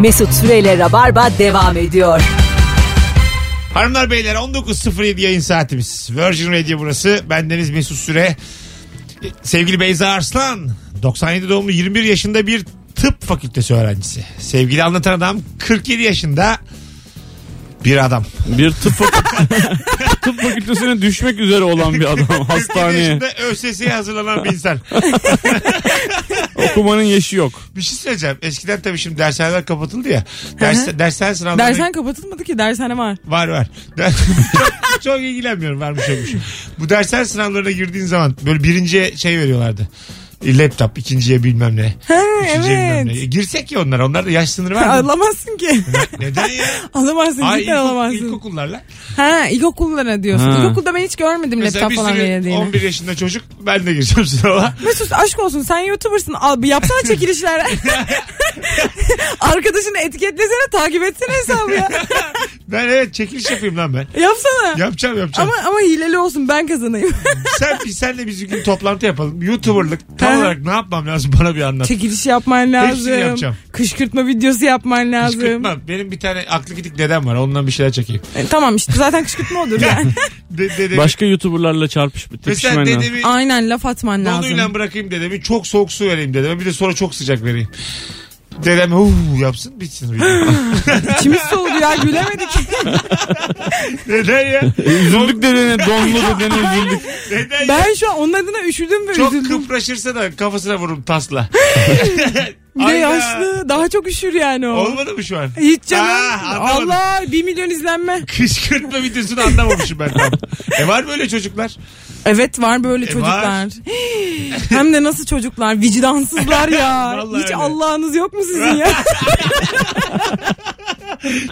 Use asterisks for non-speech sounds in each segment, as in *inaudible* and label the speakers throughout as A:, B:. A: Mesut Süreyle Rabarba devam ediyor.
B: Hanımlar beyler 19.07 yayın saatimiz. Virgin Radio burası. Bendeniz Mesut Süre. Sevgili Beyza Arslan. 97 doğumlu 21 yaşında bir tıp fakültesi öğrencisi. Sevgili anlatan adam 47 yaşında bir adam.
C: Bir tıp, fakü- *laughs* tıp fakültesine düşmek üzere olan bir adam
B: 47
C: hastaneye.
B: yaşında ÖSS'ye hazırlanan bir insan.
C: Okumanın yaşı yok.
B: Bir şey söyleyeceğim. Eskiden tabii şimdi dershaneler kapatıldı ya. Ders, dershane sınavları
D: Dersen kapatılmadı ki dershane var.
B: var var. *laughs* Der- çok, çok ilgilenmiyorum varmış olmuş. Bu dershane sınavlarına girdiğin zaman böyle birinciye şey veriyorlardı. E, Laptop ikinciye bilmem ne. üçüncüye bilmem ne.
D: evet.
B: E, Girsek ya onlar. Onlarda yaş sınırı var mı? *laughs*
D: Alamazsın ki.
B: Neden
D: *laughs*
B: ya?
D: alamazsın
B: Ay,
D: cidden
B: ilkok,
D: alamazsın.
B: ilkokullarla.
D: Ha ilkokullara diyorsun.
C: Ha.
D: İlkokulda ben hiç görmedim
B: Mesela
D: laptop
B: bir
D: falan
B: sürü
D: verildiğini.
B: 11 yaşında çocuk ben de gireceğim *laughs* sınava.
D: Mesut aşk olsun sen youtubersın al bir yapsana
B: *laughs*
D: çekilişler. Arkadaşını etiketlesene takip etsene hesabı ya.
B: Ben evet çekiliş yapayım lan ben.
D: Yapsana.
B: Yapacağım yapacağım.
D: ama ama hileli olsun ben
B: *laughs*
D: kazanayım.
B: Sen senle biz bir gün toplantı yapalım. YouTuber'lık tam
D: Ha.
B: olarak ne yapmam lazım bana bir anlat.
D: Çekiliş yapman lazım.
B: yapacağım.
D: Kışkırtma videosu yapman lazım.
B: Kışkırtmam. Benim bir tane aklı gidik dedem var. Ondan bir şeyler çekeyim.
D: E, tamam işte zaten kışkırtma olur yani.
B: De, dedemi-
C: Başka youtuberlarla çarpış
B: Mesela
C: tepişmen lazım.
B: dedemi
D: Aynen laf atman lazım.
B: donuyla bırakayım dedemi. Çok soğuk su vereyim dedeme. Bir de sonra çok sıcak vereyim. Dedem huu yapsın bitsin.
D: *laughs*
B: video.
D: İçimiz soğudu ya gülemedik.
B: *laughs* Neden ya?
C: Üzüldük dedene donlu
B: *laughs*
C: dedene üzüldük.
B: Neden ya?
D: ben şu an onun adına üşüdüm ve
B: Çok
D: üzüldüm.
B: kıpraşırsa da kafasına vururum tasla.
D: Bir de
B: Ayda.
D: yaşlı daha çok üşür yani o.
B: Olmadı mı şu an?
D: Hiç canım.
B: Aa, Ah, anlamadım.
D: Allah bir milyon izlenme.
B: Kışkırtma videosunu anlamamışım ben tam. E var böyle çocuklar.
D: Evet var böyle çocuklar.
B: E, var.
D: *gasps* Hem de nasıl çocuklar vicdansızlar
B: *laughs*
D: ya.
B: Vallahi
D: Hiç
B: öyle.
D: Allah'ınız yok mu sizin ya?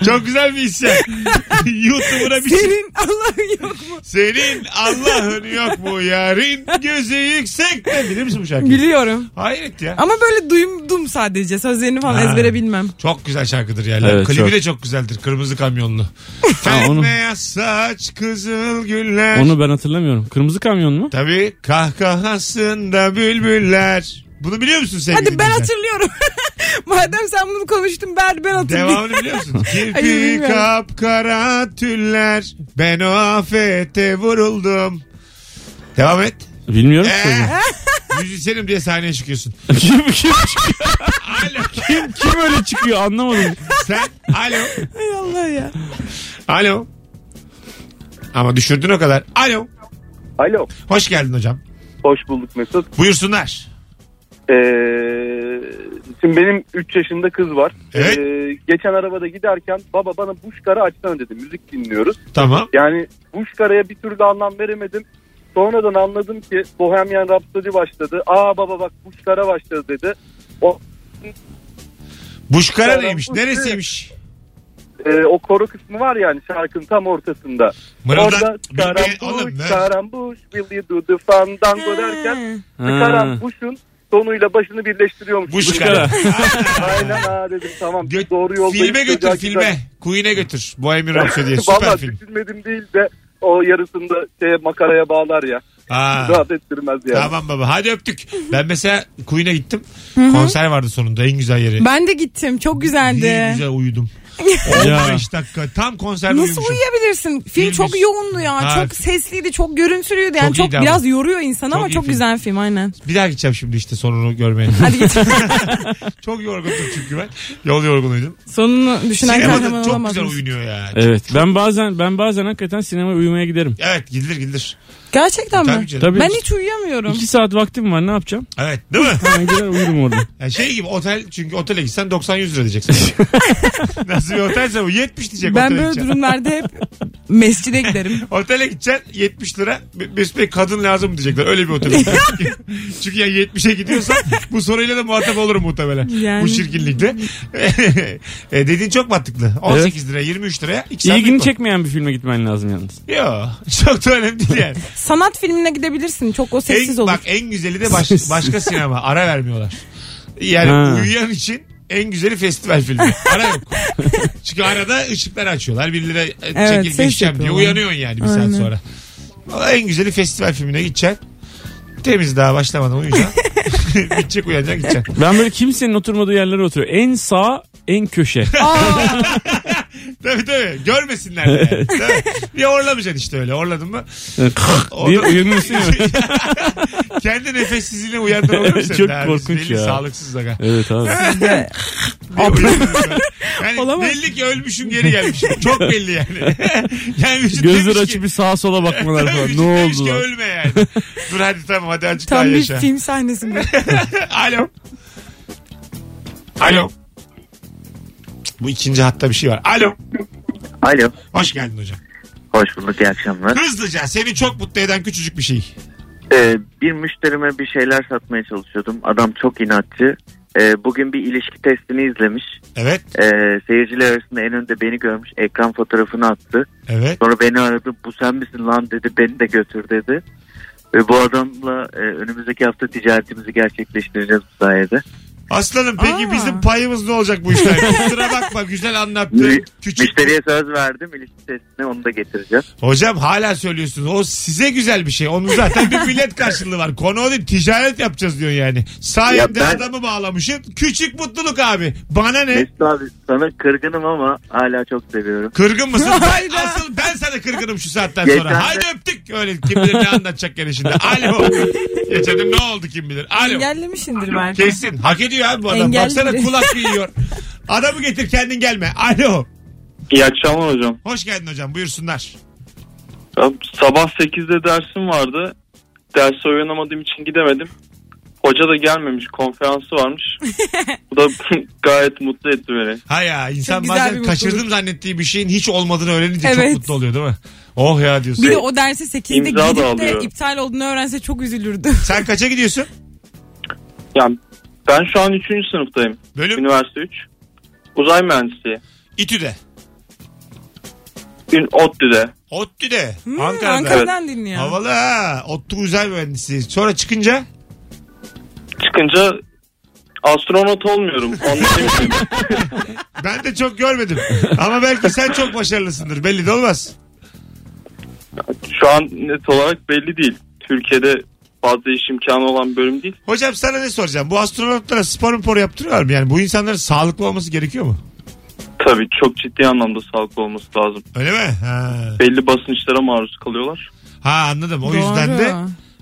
B: Çok güzel bir isyan. *laughs* YouTuber'a *laughs* bir şey.
D: Senin Allah'ın yok mu?
B: Senin Allah'ın yok mu yarın gözü yüksek de bilir misin bu şarkıyı?
D: Biliyorum.
B: Hayret ya.
D: Ama böyle duydum sadece sözlerini falan
B: Ha.
D: ezbere bilmem.
B: Çok güzel şarkıdır ya.
C: Evet,
B: Klibi
C: çok.
B: de çok güzeldir. Kırmızı kamyonlu.
C: Ha, onu-
B: Fetmeye saç kızıl güller.
C: Onu ben hatırlamıyorum. Kırmızı kamyon mu?
B: Tabii kahkahasında bülbüller. Bunu biliyor musun sevgili
D: Hadi ben
B: dinleyiciler?
D: hatırlıyorum. *laughs* Madem sen bunu konuştun ben ben hatırlıyorum.
B: Devamını biliyor
D: *laughs*
B: musun? Kirpi
D: bilmiyorum.
B: kapkara tüller. Ben o afete vuruldum. Devam et.
C: Bilmiyorum. ki.
B: Ee, müzisyenim diye sahneye çıkıyorsun.
C: *laughs* kim, kim,
B: Alo.
C: kim, kim öyle çıkıyor anlamadım.
B: Sen. Alo.
D: Hay Allah ya.
B: Alo. Ama düşürdün o kadar. Alo.
E: Alo.
B: Hoş geldin hocam.
E: Hoş bulduk Mesut.
B: Buyursunlar.
E: Ee, şimdi benim 3 yaşında kız var.
B: Evet.
E: Ee, geçen arabada giderken baba bana Buşkara açsana dedi. Müzik dinliyoruz.
B: Tamam.
E: Yani Buşkara'ya bir türlü anlam veremedim. Sonradan anladım ki Bohemian Rhapsody başladı. Aa baba bak Buşkara başladı dedi. O
B: Buşkara
E: Selam,
B: neymiş?
E: Buşkara.
B: Neresiymiş?
E: e, o koro kısmı var yani şarkının tam ortasında. Orada
B: Mırıldan. Bir- Oğlum
E: karambuş,
B: ne?
E: karambuş, will you do the fandango derken
C: Ha.
E: karambuşun sonuyla başını birleştiriyormuş.
B: Buşkara.
E: Aynen ha dedim tamam
B: Gö-
E: doğru yoldayız.
B: filme götür
E: Çocuğa
B: filme. Queen'e götür.
E: *laughs*
B: Bohemian Rhapsody'ye.
E: güzel- Vallahi
B: Süper film.
E: düşünmedim değil de o yarısında şeye makaraya bağlar ya.
B: Aa.
E: Rahat ettirmez yani.
B: Tamam baba hadi öptük. Ben mesela Queen'e gittim. Konser vardı sonunda en güzel yeri.
D: Ben de gittim çok
B: Ne
D: güzeldi.
B: güzel
D: *laughs*
B: uyudum.
C: Ya.
B: 15 dakika tam konserde
D: Nasıl
B: uyumuşum.
D: uyuyabilirsin? Film
B: Filmiş.
D: çok yoğundu ya.
B: Ha.
D: Çok sesliydi, çok görüntülüydü. Yani
B: Çok
D: çok,
B: iyiydi ama.
D: biraz yoruyor insanı ama
B: iyi
D: çok
B: film.
D: güzel film aynen.
B: Bir daha gideceğim şimdi işte sonunu görmeye.
D: Hadi git.
B: *laughs* Çok yorgundum çünkü ben. Yol yorgunuydum.
D: Sonunu düşünen kahraman
B: Sinemada çok
D: olamaz.
B: güzel uyunuyor ya.
C: Evet ben bazen ben bazen hakikaten sinemaya uyumaya giderim.
B: Evet gidilir gidilir.
D: Gerçekten
B: Tabii
D: mi?
B: canım.
C: Tabii
D: Ben hiç uyuyamıyorum.
C: iki saat vaktim var ne yapacağım?
B: Evet değil
D: *laughs*
B: mi?
C: Ben gider uyurum
B: *laughs*
C: orada.
B: Yani şey gibi otel çünkü otele gitsen 90-100 lira diyeceksin. *laughs* Nasıl bir otelse bu? 70 diyecek
D: Ben
B: otele
D: böyle
B: gideceksin.
D: durumlarda
B: *laughs*
D: hep mescide giderim.
B: Otele gideceksin 70 lira. Mesut Bey kadın lazım mı diyecekler. Öyle bir otele
D: *laughs*
B: gideceksin. Çünkü ya 70'e gidiyorsan bu soruyla da muhatap olurum muhtemelen.
D: Yani.
B: Bu çirkinlikte. *laughs* e, dediğin çok mantıklı. 18 liraya 23 liraya. iki saat
C: İlgini
B: uyku.
C: çekmeyen bir filme gitmen lazım yalnız.
B: Yo, çok da önemli değil yani.
D: Sanat filmine gidebilirsin. Çok o sessiz
B: en,
D: olur.
B: Bak en güzeli de baş- başka sinema. Ara vermiyorlar. Yani
C: Ha.
B: uyuyan için en güzeli festival filmi. Ara yok. Çünkü arada ışıklar açıyorlar. Birileri
D: Evet,
B: evet, çekil
D: ses
B: geçeceğim diye
D: yapıyorlar.
B: uyanıyorsun yani bir saat
D: Aynen.
B: sonra. Valla en güzeli festival filmine gideceksin. Temiz daha başlamadan uyuyacaksın. *laughs* Bitecek uyanacaksın gideceksin.
C: Ben böyle kimsenin oturmadığı yerlere oturuyorum. En sağ
B: *laughs*
C: en köşe.
D: Aa,
B: Tabii tabii. Görmesinler de.
D: *laughs*
B: Yani. Tabii. Bir orlamayacaksın işte öyle. Orladın mı?
C: Ee, *laughs* diye
B: *laughs*
C: uyanıyorsun ya.
B: Kendi nefessizliğine uyandın olur mu sen?
C: *laughs* Çok
B: de abi?
C: korkunç
B: Belli
C: ya.
B: Sağlıksız aga.
C: Evet abi.
B: Diye uyandın sen. *laughs* Yani
D: Olamaz.
B: belli ki ölmüşüm geri gelmişim. Çok belli
C: *laughs*
B: yani. yani vücut demiş
C: Gözleri
B: ki-
C: açıp bir sağa sola
B: *laughs*
C: bakmalar
B: Tabii
C: falan.
B: vücut
C: Ne
B: demiş
C: oldu
B: ki
C: lan?
B: ölme
C: *laughs*
B: yani. Dur hadi tamam hadi azıcık daha
D: tam bir
B: yaşa.
D: film sahnesi bu.
B: *laughs* Alo. Alo. Bu ikinci hatta bir şey var. Alo.
F: Alo.
B: Hoş geldin hocam.
F: Hoş bulduk. iyi akşamlar.
B: Hızlıca seni çok mutlu eden küçücük bir şey.
F: Ee, bir müşterime bir şeyler satmaya çalışıyordum. Adam çok inatçı. Ee, bugün bir ilişki testini izlemiş.
B: Evet.
F: Ee, seyirciler arasında en önde beni görmüş. Ekran fotoğrafını attı.
B: Evet.
F: Sonra beni aradı. Bu sen misin lan dedi. Beni de götür dedi. Ve bu adamla e, önümüzdeki hafta ticaretimizi gerçekleştireceğiz bu sayede.
B: Aslanım peki
D: Aa.
B: bizim payımız ne olacak bu işten? Kusura bakma güzel anlattın.
F: Mü-
B: Ee, Küçük.
F: Müşteriye söz verdim. İlişki testine onu da getireceğim.
B: Hocam hala söylüyorsunuz. O size güzel bir şey. Onun zaten bir millet karşılığı var. Konu o değil. Ticaret yapacağız diyorsun yani. Sayende
F: Ya ben-
B: adamı bağlamışsın. Küçük mutluluk abi. Bana ne?
F: Mesut abi sana kırgınım ama hala çok seviyorum.
B: Kırgın
D: *laughs*
B: mısın? Ben,
D: Hayda.
B: asıl ben sana kırgınım şu saatten
F: Geçen de-
B: sonra. Haydi öptük. Öyle kim bilir ne anlatacak gene şimdi. Alo. Geçelim ne oldu kim bilir. Alo. Şey-
D: Engellemişindir belki.
B: Kesin. Hak ediyor abi bu adam.
D: Engelli
B: Baksana
D: biri.
B: kulak bir
D: *laughs*
B: yiyor. Adamı getir kendin gelme. Alo.
G: İyi akşamlar hocam.
B: Hoş geldin hocam. Buyursunlar.
G: Ya, Sabah 8'de dersim vardı. Derse uyanamadığım için gidemedim. Hoca da gelmemiş. Konferansı
D: *laughs*
G: varmış. Bu da *laughs* gayet mutlu etti beni.
B: Ha ya insan
D: güzel bir
B: bazen
D: mutluluk.
B: kaçırdım zannettiği bir şeyin hiç olmadığını öğrenince çok
D: Evet.
B: mutlu oluyor değil mi? Oh ya diyorsun.
D: Bir de o derse 8'de
G: İmza da
D: gidip de
G: alıyor.
D: iptal olduğunu öğrense çok üzülürdü.
B: Sen kaça gidiyorsun?
G: Yani ben şu an 3. sınıftayım.
B: Bölüm
G: Üniversite 3. Uzay mühendisliği.
B: İTÜ'de.
G: Ün ODTÜ'de.
B: ODTÜ'de.
D: Hmm,
B: Ankara'da.
D: Ankara'dan dinliyor.
B: Havalı ha. ODTÜ Uzay Mühendisi. Sonra çıkınca
G: Çıkınca astronot
D: *laughs*
G: olmuyorum. Ondan eminim.
B: ben de çok görmedim. Ama belki sen çok başarılısındır. Belli de olmaz.
G: şu an net olarak belli değil. Türkiye'de fazla iş imkanı olan bölüm değil.
B: Hocam sana ne soracağım? Bu astronotlara spor spor yaptırıyorlar mı? Yani bu insanların sağlıklı olması gerekiyor mu?
G: Tabii çok ciddi anlamda sağlıklı olması lazım.
B: Öyle mi? Ha,
G: Belli basınçlara maruz kalıyorlar.
B: ha anladım. O
D: Doğru.
B: yüzden de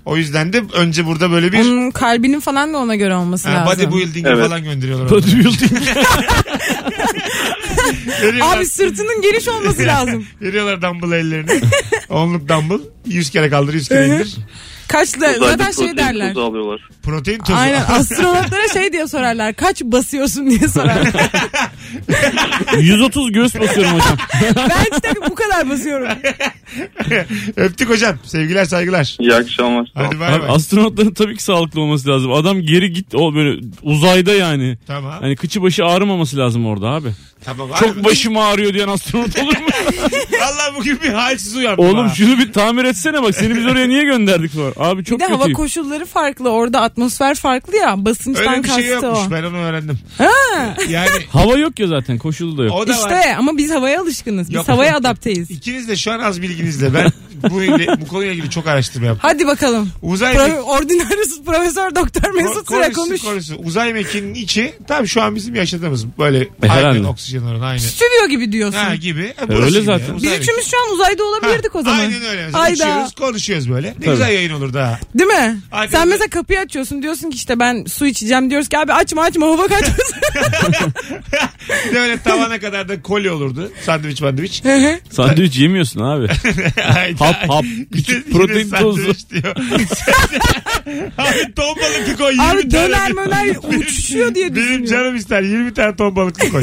B: o yüzden de önce burada böyle bir
D: Onun kalbinin falan da ona göre olması
B: ha,
D: lazım.
B: bodybuilding'e
G: Evet.
B: falan gönderiyorlar. onları.
C: *laughs* Bodybuilding.
B: Veriyorlar-
D: Abi sırtının
B: *laughs*
D: geniş olması lazım.
B: Veriyorlar dumbbell
D: *laughs*
B: ellerini. Onluk dumbbell. 100 kere kaldır 100 kere
D: Hı hı. *laughs*
B: indir.
D: Kaçla
G: Uzayda
D: zaten şey
G: protein
D: derler.
G: tozu alıyorlar.
B: Protein tozu.
D: Aynen astronotlara şey diye sorarlar. Kaç basıyorsun
B: *laughs*
D: diye sorarlar.
C: 130 göğüs basıyorum hocam.
D: ben işte bu kadar basıyorum.
B: *laughs* Öptük hocam. Sevgiler saygılar.
G: İyi akşamlar.
B: Hadi *laughs* bay
C: Abi,
B: bay.
C: astronotların tabii ki sağlıklı olması lazım. Adam geri git o böyle uzayda yani.
B: Tamam.
C: Hani kıçı başı ağrımaması lazım orada abi.
B: tamam. *laughs*
C: Çok başım ağrıyor diyen astronot olur mu?
B: Valla bugün bir halsiz uyandım.
C: Oğlum
B: ha.
C: şunu bir tamir etsene bak seni biz oraya niye gönderdik falan. Abi
D: Bir
C: çok
D: de hava
C: kötüyüm.
D: koşulları farklı. Orada atmosfer farklı ya. Basınçtan
B: Öyle bir şey
D: kastı
B: yokmuş.
D: o.
B: Ben onu öğrendim.
D: *laughs*
B: Yani
C: Hava yok ya zaten koşulu da yok.
B: o da var.
D: İşte ama biz havaya alışkınız. Biz
B: Yok.
D: havaya adapteyiz.
B: İkiniz de şu an az bilginizle. Ben bu, ile- bu konuyla ilgili çok araştırma yaptım.
D: Hadi bakalım.
B: Uzay
D: Pro- Ordinarius *laughs* Profesör Doktor Mesut Süre
B: konusu,
D: konuş.
B: konusu. Uzay mekiğinin içi tam şu an bizim yaşadığımız böyle aynı
C: herhalde.
B: oksijen oranı aynı.
D: Stüdyo gibi diyorsun.
B: Ha gibi. Ha,
C: Öyle
B: gibi
C: zaten.
B: ya,
D: biz
B: uzay
D: üçümüz şu an uzayda
B: mekiği. Ha,
D: olabilirdik o zaman.
B: Aynen öyle. Mesela
D: Ayda.
B: Uçuyoruz konuşuyoruz böyle. Ne güzel yayın olur
D: *laughs*
B: daha.
D: Değil mi?
B: Aynen
D: Sen
B: öyle.
D: mesela kapıyı açıyorsun diyorsun ki işte ben su içeceğim diyoruz ki abi açma açma
B: *laughs*
D: hava kaçmasın.
B: Bir de öyle tavana kadar da kolye olurdu. Sandviç mandviç.
C: Sandviç
B: *laughs*
C: yemiyorsun abi.
B: Hayda.
C: Hap, hap.
B: Yine-
C: Küçük
B: yine
C: protein
B: sandviç
C: *laughs*
B: diyor. Abi ton balıklı koy.
D: abi
B: 20 tane. *laughs*
D: döner möner uçuşuyor diye
B: Benim
D: düşünüyor.
B: canım ister 20 tane ton balıklı
D: *laughs*
B: koy.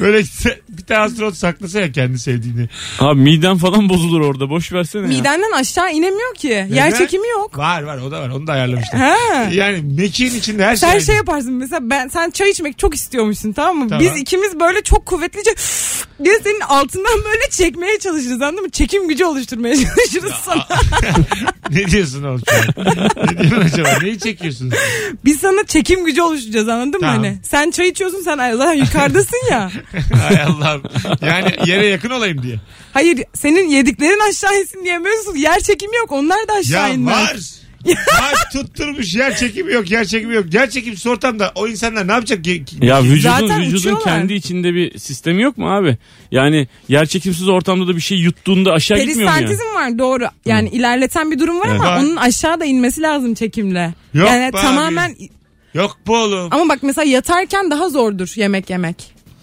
B: Böyle se- bir tane astronot saklasa ya kendi sevdiğini.
C: Abi miden falan bozulur orada boş versene ya.
D: *laughs* Midenden aşağı inemiyor ki. Yer çekimi yok.
B: Var var o da var onu da ayarlamışlar.
D: Ha.
B: Yani mekiğin içinde her şey.
D: Sen
B: aynı.
D: şey yaparsın mesela ben sen çay içmek çok istiyormuşsun tamam mı?
B: Tamam.
D: Biz ikimiz böyle çok kuvvetlice *laughs* diye senin altından böyle çekmeye çalışırız anladın mı? Çekim gücü oluşturmaya *laughs* çalışırız sana.
B: Ne diyorsun oğlum şu an? ne diyorsun acaba? Neyi çekiyorsun?
D: Biz sana çekim gücü oluşturacağız anladın
B: Tamam.
D: mı? Hani sen çay içiyorsun sen zaten yukarıdasın
B: *laughs*
D: ya.
B: Hay Allah'ım. Yani yere yakın olayım diye.
D: Hayır senin yediklerin aşağı insin diyemiyorsun. Yer çekimi yok onlar da aşağı
B: Ya
D: inmez.
B: var. Ay tutturmuş yer çekimi yok yer çekimi yok. Yer çekimsiz ortamda o insanlar ne yapacak? Ge- ge-
C: Ya vücudun
D: Zaten
C: vücudun
D: uçuyorlar.
C: kendi içinde bir sistemi yok mu abi? Yani yer çekimsiz ortamda da bir şey yuttuğunda aşağı gitmiyor mu yani?
D: Peristantizm var doğru. Yani ilerleten bir durum var ama
B: Var.
D: onun aşağıda inmesi lazım çekimle.
B: Yok
D: yani
B: be abi.
D: tamamen
B: Yok bu oğlum.
D: ama bak mesela yatarken daha zordur yemek yemek.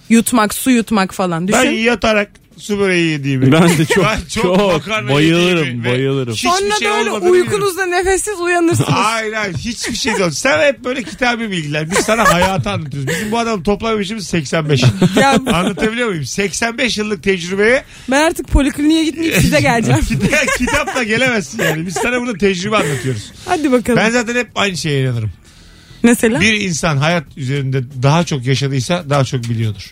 D: Yutmak, su yutmak falan. Düşün.
B: Ben yatarak su böreği yediğimi.
C: Ben de çok
B: Ben
C: çok,
B: makarna
C: bayılırım
B: yediğimi ve
C: bayılırım.
B: hiçbir
D: Sonra
B: şey
D: da öyle
B: olmadığını bilirim.
D: uykunuzda nefessiz
B: *laughs*
D: uyanırsınız.
B: Hayır hayır hiçbir şey yok. Sen hep böyle kitabi bilgiler. Biz sana hayatı anlatıyoruz. Bizim bu adam toplam işimiz 85.
D: ya
B: Anlatabiliyor muyum? 85 yıllık tecrübeye *laughs*
D: ben artık polikliniğe gitmeyip size geleceğim.
B: kita- kitapla gelemezsin yani. Biz sana burada tecrübe anlatıyoruz.
D: Hadi bakalım.
B: Ben zaten hep aynı şeye inanırım.
D: Mesela
B: Bir insan hayat üzerinde daha çok yaşadıysa daha çok biliyordur.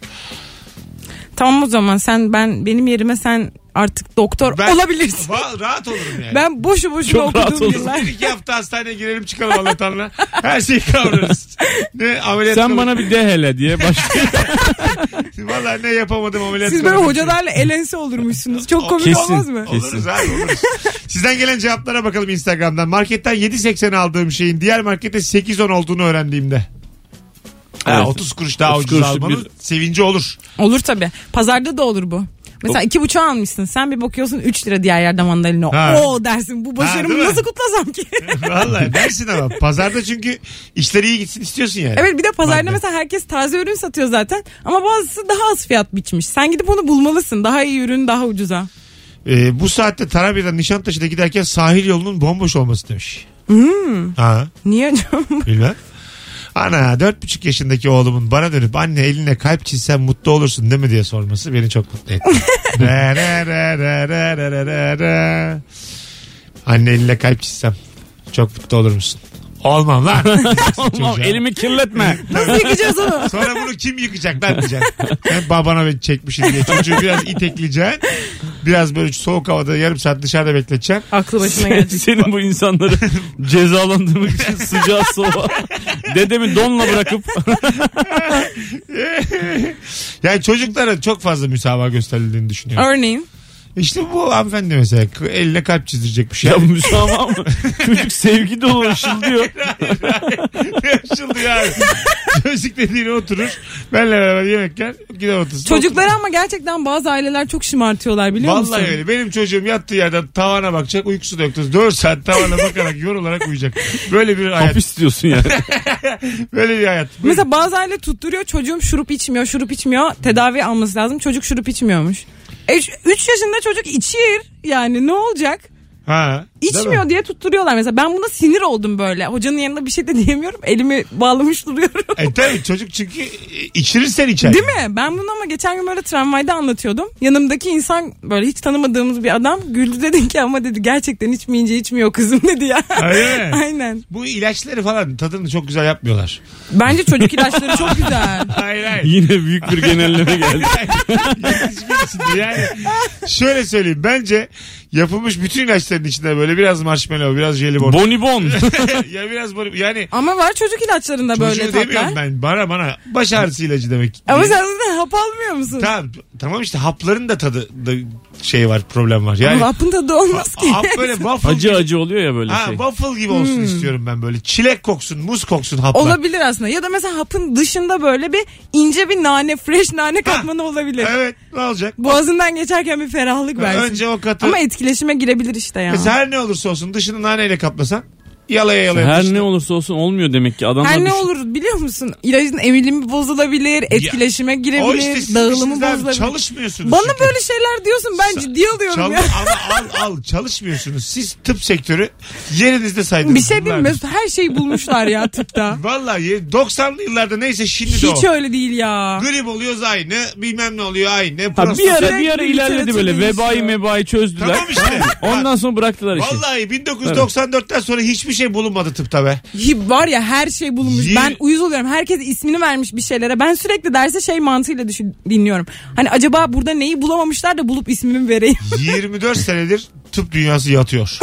D: tamam o zaman sen ben benim yerime sen artık doktor
B: Ben-
D: olabilirsin.
B: Va- rahat olurum yani.
D: Ben boşu boşuna
C: Çok rahat
D: okuduğum
C: olursun.
D: yıllar.
B: Bir *laughs* iki hafta hastaneye girelim çıkalım Allah'tanla. Her şeyi kavrarız. Ne ameliyat
C: Sen
B: kalır-
C: bana bir de hele *laughs* diye başlıyor.
B: Valla ne yapamadım ameliyat
D: Siz böyle
B: kalır.
D: hocalarla elense olurmuşsunuz. Çok komik
C: Kesin.
D: olmaz mı?
B: Oluruz
C: Kesin.
B: abi oluruz. Sizden gelen cevaplara bakalım Instagram'dan. Marketten 7.80 aldığım şeyin diğer markette 8.10 olduğunu öğrendiğimde. Ha,
C: Evet.
B: 30 kuruş daha
C: 30
B: ucuz
C: kuruşluk
B: almanın
C: bir-
B: sevinci olur.
D: Olur tabii. Pazarda da olur bu. Mesela iki buçuğa almışsın. Sen bir bakıyorsun 3 lira diğer yerde mandalina.
B: Ha.
D: Oo dersin bu başarımı
B: değil mi?
D: nasıl kutlasam ki?
B: Vallahi dersin ama pazarda çünkü işleri iyi gitsin istiyorsun yani.
D: *laughs* evet bir de pazarda
B: Madde.
D: mesela herkes taze ürün satıyor zaten. Ama bazısı daha az fiyat biçmiş. Sen gidip onu bulmalısın. Daha iyi ürün daha ucuza.
B: Ee, bu saatte Tarabya'dan Nişantaşı'da giderken sahil yolunun bomboş olması demiş.
D: Hmm.
B: Ha, *laughs*
D: Niye acaba?
B: bilmem. Ana dört buçuk yaşındaki oğlumun bana dönüp anne eline kalp çizsen mutlu olursun değil mi diye sorması beni çok mutlu
D: *laughs*
B: etti. Re, re, re, re, re, re, re, re, re. Anne eline kalp çizsem çok mutlu olur musun? Olmam lan.
C: Tamam,
B: Çocuğa.
C: elimi *laughs* kirletme.
D: Nasıl yıkayacağız onu?
B: Sonra bunu kim yıkacak lan diyeceksin. Ben babana ben çekmişim diye. Çocuğu biraz itekleyeceksin. Biraz böyle soğuk havada yarım saat dışarıda bekleteceksin.
D: Aklı başına gelecek.
C: Senin bu insanları cezalandırmak için sıcağı soğuğa dedemi donla bırakıp *laughs*
B: Yani çocuklara çok fazla müsamaha gösterildiğini düşünüyorum.
D: Örneğin.
B: İşte bu hanımefendi mesela k- eline kalp çizdirecek bir şey.
C: ya müsamaha mı? Çocuk sevgi dolu *laughs* ışıldıyor.
B: *laughs* Yaşıldı yani. Çocuk dediğine oturur. Benle beraber yemek yer. Gider otursun.
D: Çocukları ama gerçekten bazı aileler çok şımartıyorlar biliyor
B: Vallahi
D: musun?
B: öyle. Benim çocuğum yattığı yerden tavana bakacak. Uykusu döktü. 4 saat tavana bakarak yorularak uyuyacak. Böyle bir hayat.
C: Hapis diyorsun *laughs* yani.
B: Böyle bir hayat.
D: Mesela bazı aile tutturuyor çocuğum şurup içmiyor şurup içmiyor tedavi alması lazım çocuk şurup içmiyormuş. 3 yaşında çocuk içir yani ne olacak?
B: Ha. değil mi?
D: İçmiyor diye tutturuyorlar mesela. Ben buna sinir oldum böyle. Hocanın yanında bir şey de *laughs* diyemiyorum. Elimi bağlamış duruyorum.
B: E tabii çocuk çünkü e, içirirsen içer.
D: Değil mi? Ben bunu ama geçen gün böyle tramvayda anlatıyordum. Yanımdaki insan böyle hiç tanımadığımız bir adam güldü *laughs* dedi ki ama dedi gerçekten içmeyince içmiyor kızım dedi ya.
B: Öyle mi?
D: *laughs* Aynen.
B: Bu ilaçları falan tadını çok güzel yapmıyorlar.
D: Bence çocuk ilaçları çok güzel.
B: Hayır *laughs* hayır.
C: Yine büyük bir genelleme geldi.
B: Şimdi yani şöyle söyleyeyim. Bence yapılmış bütün ilaçların içinde böyle biraz marshmallow, biraz jelibon.
C: *laughs* Bonibon.
B: *laughs* ya biraz böyle yani
D: Ama var çocuk ilaçlarında böyle
B: çocuğu demiyorum
D: tatlar.
B: ben. Bana bana baş ağrısı ilacı demek.
D: Ama sen zaten *laughs* hap almıyor musun?
B: Tamam, tamam işte hapların da tadı da şey var problem var. *laughs* Yani
D: Ama hapın tadı olmaz ki. Hmm.
B: hap böyle waffle
C: Acı
B: gibi,
C: acı oluyor ya böyle
B: ha,
C: şey.
B: waffle gibi olsun istiyorum ben böyle. Çilek koksun, muz koksun haplar.
D: *laughs* olabilir aslında. Ya da mesela hapın dışında böyle bir ince bir nane, fresh nane katmanı olabilir.
B: Evet ne olacak?
D: Boğazından geçerken bir ferahlık versin.
B: Önce o katı.
D: Ama etkileşime girebilir işte ya.
B: Mesela her ne olursa olsun dışını naneyle kaplasan yalaya yalaya.
C: Her
B: dışını-
C: ne olursa olsun olmuyor demek ki. Adamlar
D: Her ne
C: düşün-
D: olur biliyor musun? İlacın emilimi bozulabilir, etkileşime
B: O
D: girebilir,
B: işte sizin
D: dağılımı
B: işiniz abi,
D: bozulabilir.
B: Çalışmıyorsunuz.
D: Bana
B: çünkü.
D: böyle şeyler diyorsun ben ciddi alıyorum
B: Çal-
D: ya.
B: ama al al çalışmıyorsunuz. Siz tıp sektörü yerinizde saydınız.
D: *laughs* Bir şey diyeyim mi?
B: Bunlardır.
D: Her şeyi bulmuşlar ya tıpta.
B: *laughs* Vallahi ye- 90'lı yıllarda neyse şimdi de
D: Hiç
B: o.
D: öyle değil ya.
B: Grip oluyoruz aynı. Bilmem ne oluyor aynı.
C: Ha, bir
B: prostat-
C: ara bir ara
D: Sürekli
C: ilerledi böyle
D: literatür
C: vebayı
D: değişiyor.
C: mebayı çözdüler.
B: Tamam işte.
C: *laughs* Ondan sonra bıraktılar işi.
B: Vallahi 1994'ten sonra hiçbir şey bulunmadı tıpta be.
D: Hi- Var ya her şey bulunmuş.
B: Yeni-
D: Ben uyuz oluyorum. Herkes ismini vermiş bir şeylere. Ben sürekli derse şey mantığıyla düşün, dinliyorum. Hani acaba burada neyi bulamamışlar da bulup ismimi vereyim. *laughs*
B: 24 senedir tıp dünyası
C: *laughs*
B: yatıyor.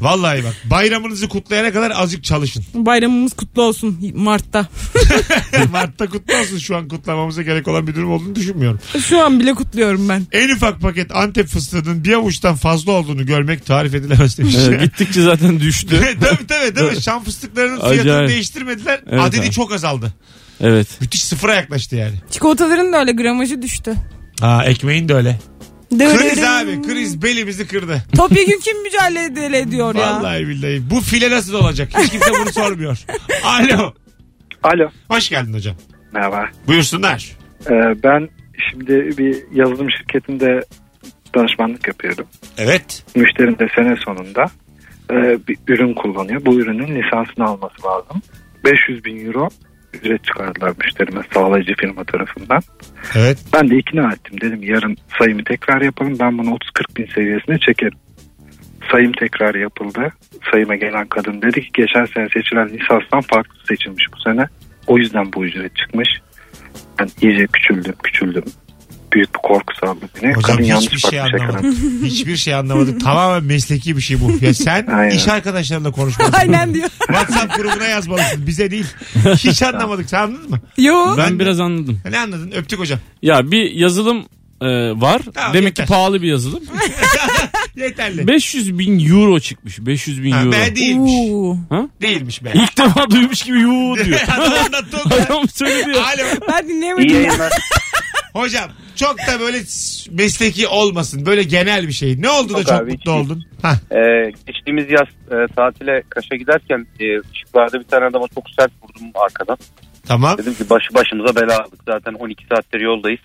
B: Vallahi bak bayramınızı kutlayana kadar azıcık çalışın.
D: Bayramımız kutlu olsun Mart'ta.
B: *laughs* Mart'ta kutlu olsun şu an kutlamamıza gerek olan bir durum olduğunu düşünmüyorum.
D: Şu an bile kutluyorum ben.
B: En ufak paket Antep fıstığının bir avuçtan fazla olduğunu görmek tarif edilemez demiş.
C: Evet, gittikçe zaten düştü.
B: *laughs* tabii tabii değil mi?
C: *laughs*
B: Şam fıstıklarının fiyatını
C: Acayip.
B: değiştirmediler.
C: Evet
B: Adedi
C: abi.
B: çok azaldı.
C: Evet.
B: Müthiş sıfıra yaklaştı yani.
D: Çikolataların da öyle gramajı düştü.
B: Aa ekmeğin de öyle. Kriz
D: Dırırırım.
B: abi kriz belimizi kırdı.
D: Topyekun kim mücadele ediyor ya?
B: Vallahi billahi. Bu file nasıl olacak? Hiç kimse bunu sormuyor. Alo.
H: Alo.
B: Hoş geldin hocam.
H: Merhaba.
B: Buyursunlar.
H: Ee, ben şimdi bir yazılım şirketinde danışmanlık yapıyorum.
B: Evet.
H: Müşterim de sene sonunda e, bir ürün kullanıyor. Bu ürünün lisansını alması lazım. 500 bin euro ücret çıkardılar müşterime sağlayıcı firma tarafından.
B: Evet.
H: Ben de ikna ettim. Dedim yarın sayımı tekrar yapalım. Ben bunu 30-40 bin seviyesine çekerim. Sayım tekrar yapıldı. Sayıma gelen kadın dedi ki geçen sene seçilen lisanstan farklı seçilmiş bu sene. O yüzden bu ücret çıkmış. Ben iyice küçüldüm küçüldüm. Büyük bir korku sardı beni.
B: Hocam
H: kadın
B: hiçbir
H: yanlış
B: şey
H: bakmış kadın.
B: anlamadım. *laughs* hiçbir şey anlamadım. Tamamen mesleki bir şey bu. Ya sen
H: Aynen.
B: iş arkadaşlarınla konuşmalısın.
D: Aynen diyor.
B: WhatsApp grubuna yazmalısın. Bize değil. Hiç anlamadık. Sen anladın mı?
D: Yo.
C: Ben biraz anladım.
B: Ne anladın? Öptük hocam.
C: Ya bir yazılım e, var.
B: Tamam,
C: Demek
B: yeter.
C: ki pahalı bir yazılım.
B: Yeterli.
C: 500 bin euro çıkmış. 500 bin
B: Ha,
C: euro.
B: ben değilmiş.
D: Oo.
B: Değilmiş
D: *laughs*
B: ben.
C: İlk defa duymuş gibi yuu diyor.
B: *laughs* Adam anlattı onu.
C: Adam söyledi ya.
B: Alo.
D: Ben
F: İyi
D: dinleyemedim.
F: yayınlar.
B: Hocam çok da böyle mesleki olmasın. Böyle genel bir şey. Ne oldu da
E: Yok
B: çok
E: abi, hiç
B: mutlu
E: değil.
B: oldun? Hah.
E: Ee, geçtiğimiz yaz e, tatile Kaş'a giderken e, ışıklarda bir tane adama çok sert vurdum arkadan.
B: Tamam.
E: Dedim ki başı başımıza bela aldık zaten 12 saattir yoldayız.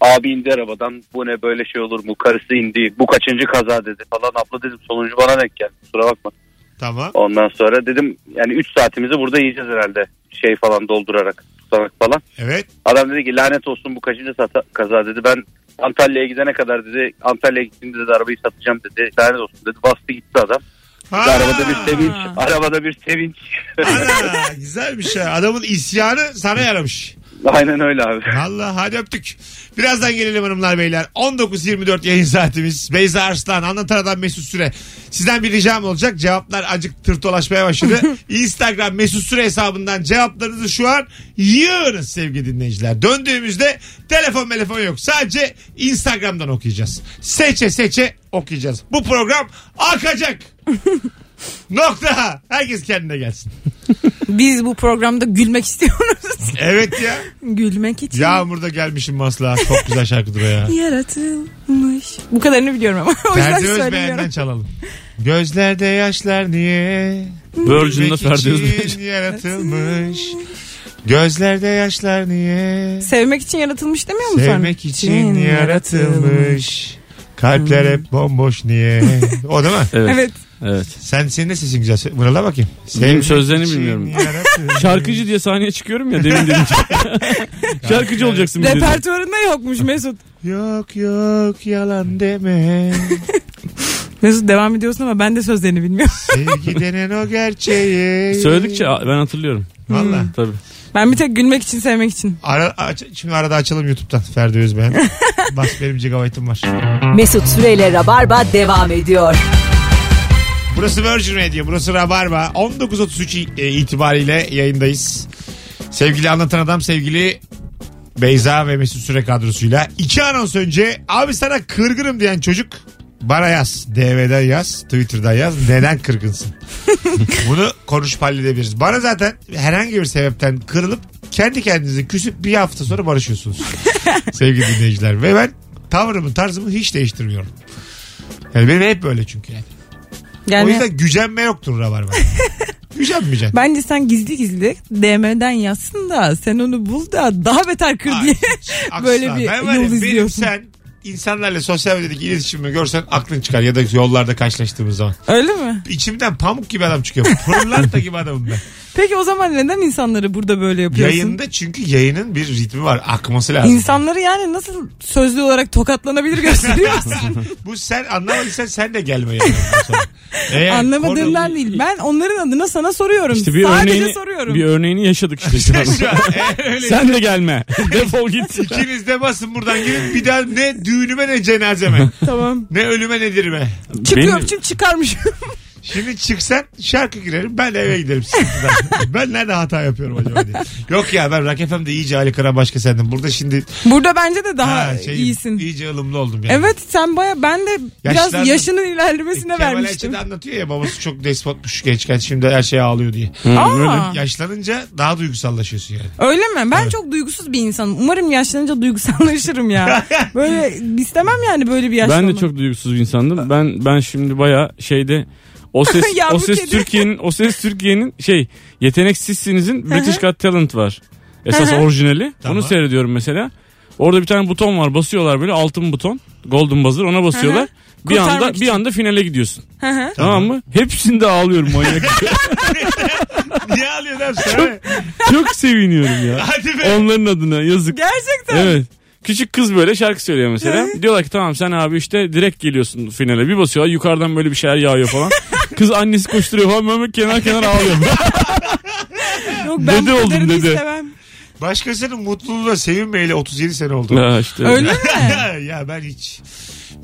E: Abi indi arabadan bu ne böyle şey olur mu karısı indi bu kaçıncı kaza dedi falan abla dedim sonuncu bana denk geldi kusura bakma.
B: Tamam.
E: Ondan sonra dedim yani 3 saatimizi burada yiyeceğiz herhalde şey falan doldurarak tutanak falan.
B: Evet.
E: Adam dedi ki lanet olsun bu kaçıncı sata- kaza dedi ben Antalya'ya gidene kadar dedi Antalya'ya gittiğimde dedi arabayı satacağım dedi lanet olsun dedi bastı gitti adam.
B: Ha.
E: Arabada bir sevinç arabada bir sevinç *laughs*
B: Ana, güzelmiş ha. Adamın isyanı sana yaramış.
E: aynen öyle abi.
B: Valla hadi öptük. Birazdan gelelim hanımlar beyler. 19.24 yayın saatimiz. Beyza Arslan, Anlatan Adam Mesut Süre. Sizden bir ricam olacak. Cevaplar acık tırtolaşmaya başladı. Instagram Mesut Süre hesabından cevaplarınızı şu an yığınız sevgili dinleyiciler. Döndüğümüzde telefon telefon yok. Sadece Instagram'dan okuyacağız. Seçe seçe okuyacağız. Bu program akacak. Nokta. Herkes kendine gelsin.
D: Biz bu programda gülmek istiyoruz.
B: Evet ya.
D: gülmek için.
B: Yağmurda gelmişim masla. Çok güzel şarkıdır o ya.
D: Yaratılmış. Bu kadarını biliyorum ama. o yüzden
B: Ferdi Özbeğen'den
D: söylemiyorum.
B: çalalım. Gözlerde yaşlar niye?
C: Virgin'de
B: Gülmek
C: Ferdi
B: için
C: Özbeğen.
B: yaratılmış. Gözlerde yaşlar niye?
D: Sevmek için yaratılmış demiyor mu
B: Sevmek için yaratılmış. Kalpler
D: Hmm.
B: hep bomboş
D: *laughs*
B: niye? O değil mi?
C: Evet.
D: Evet.
C: evet.
B: Sen senin de sesin güzel. Mırala bakayım.
C: Benim sözlerini
B: için
C: bilmiyorum. *laughs*
B: yaratılmış.
C: Şarkıcı diye sahneye çıkıyorum ya
B: *laughs*
C: demin dedim. ki, Şarkıcı olacaksın bir dedim.
D: Repertuarında yokmuş Mesut.
B: Yok yok yalan deme.
D: Mesut devam ediyorsun ama ben de sözlerini bilmiyorum.
B: Sevgi denen o gerçeği.
C: Söyledikçe ben hatırlıyorum.
B: Valla.
C: Tabii.
D: Ben bir tek gülmek için sevmek için.
B: Ara, aç- şimdi arada açalım YouTube'dan Ferdi Özbeğen. Bas benim gigabaytım var.
A: Mesut Süreyle Rabarba devam ediyor.
B: Burası Virgin Radio, burası Rabarba. 19.33 e, itibariyle yayındayız. Sevgili anlatan adam, sevgili Beyza ve Mesut Süre kadrosuyla. iki anons önce abi sana kırgınım diyen çocuk bana yaz. DM'den yaz, Twitter'dan yaz. Neden kırgınsın? Bunu konuşup halledebiliriz. Bana zaten herhangi bir sebepten kırılıp kendi kendinize küsüp bir hafta sonra barışıyorsunuz. Sevgili dinleyiciler. Ve ben tavrımı, tarzımı hiç değiştirmiyorum. Yani benim hep böyle çünkü. yani.
D: Yani
B: O yüzden gücenme yoktur
D: *laughs*
B: rabarba. Gücenmeyeceksin.
D: bence sen gizli gizli DM'den yazsın da sen onu bul da daha beter kır diye.
B: Aksine
D: böyle bir
B: ben var ya,
D: yol
B: benim
D: izliyorsun.
B: sen insanlarla sosyal medyadaki iletişimimi görsen aklın çıkar ya da yollarda karşılaştığımız zaman.
D: *laughs* Öyle mi?
B: İçimden pamuk gibi adam
D: *laughs*
B: çıkıyor. Pırlanta gibi adamım ben.
D: Peki o zaman neden insanları burada böyle yapıyorsun?
B: Yayında çünkü yayının bir ritmi var. Akması lazım. *laughs*
D: İnsanları yani nasıl sözlü olarak tokatlanabilir
B: *laughs*
D: gösteriyorsun?
B: Bu sen anlamadıysan sen de gelme yayınımdan sonra. Eğer
D: Anlamadığımdan
B: konu-
D: değil. Ben onların adına sana soruyorum.
C: İşte bir
D: Sadece
C: örneğini,
D: soruyorum.
C: bir örneğini yaşadık
B: *laughs*
C: işte şu an.
B: Şey, Şu an eğer öyle *laughs*
C: Sen de gelme. Defol git.
B: ikiniz de basın buradan gidin bir daha ne düğünüme ne cenazeme. *laughs*
D: Tamam.
B: ne ölüme ne dirime.
D: Çıkıyorum
C: Benim-
D: şimdi çıkarmışım. *laughs*
B: Şimdi çıksan şarkı girerim ben de eve giderim.
D: *laughs*
B: sıkıntıdan. ben nerede hata yapıyorum acaba diye. Yok ya ben Rock FM'de iyice Ali Kıran başka sendim. Burada şimdi
D: Burada bence de daha
B: ha, şey, şeyim,
D: iyisin.
B: iyice ılımlı oldum yani.
D: Evet sen baya ben de
B: Yaşlandım.
D: biraz yaşının ilerlemesine
B: Kemal Ayça
D: vermiştim.
B: da anlatıyor ya babası çok despotmuş gençken şimdi her şeye ağlıyor diye.
D: Aa,
B: Yaşlanınca daha duygusallaşıyorsun
D: *laughs*
B: yani.
D: öyle mi? Ben çok duygusuz bir insanım. Umarım yaşlanınca
B: *laughs*
D: duygusallaşırım ya. böyle istemem yani böyle bir yaşlanma.
C: Ben de çok duygusuz bir insandım. Ben ben şimdi baya şeyde
D: *laughs*
C: o ses
D: Yavru
C: o ses
D: kedi.
C: Türkiye'nin o ses Türkiye'nin şey yeteneksizsinizin
D: Hı hı.
C: British Got Talent var. Esas
D: Hı hı.
C: orijinali.
B: Tamam.
C: Onu seyrediyorum mesela. Orada bir tane buton var. Basıyorlar böyle altın buton. Golden buzzer ona basıyorlar. Bir
D: Kurtarmak
C: anda
D: için.
C: bir anda finale gidiyorsun.
D: Hı hı.
C: Tamam, mı? Hepsinde ağlıyorum manyak. *laughs*
B: Niye ağlıyorsun abi sen?
C: Çok
B: *laughs*
C: seviniyorum ya.
B: Hadi be.
C: Onların adına yazık.
D: Gerçekten.
C: Evet. Küçük kız böyle şarkı söylüyor mesela. Diyorlar ki tamam sen abi işte direkt geliyorsun finale. Bir basıyorlar yukarıdan böyle bir şeyler
B: *laughs*
C: yağıyor falan. Kız annesi koşturuyor falan böyle kenar kenar ağlıyor.
D: Yok ben
C: Dede
D: bu
C: oldum,
D: kadarını
C: dede.
D: istemem.
B: Başkasının mutluluğuna sevinmeyeli 37 sene oldu.
C: ya işte.
D: Öyle mi?
B: *laughs* ya ben hiç.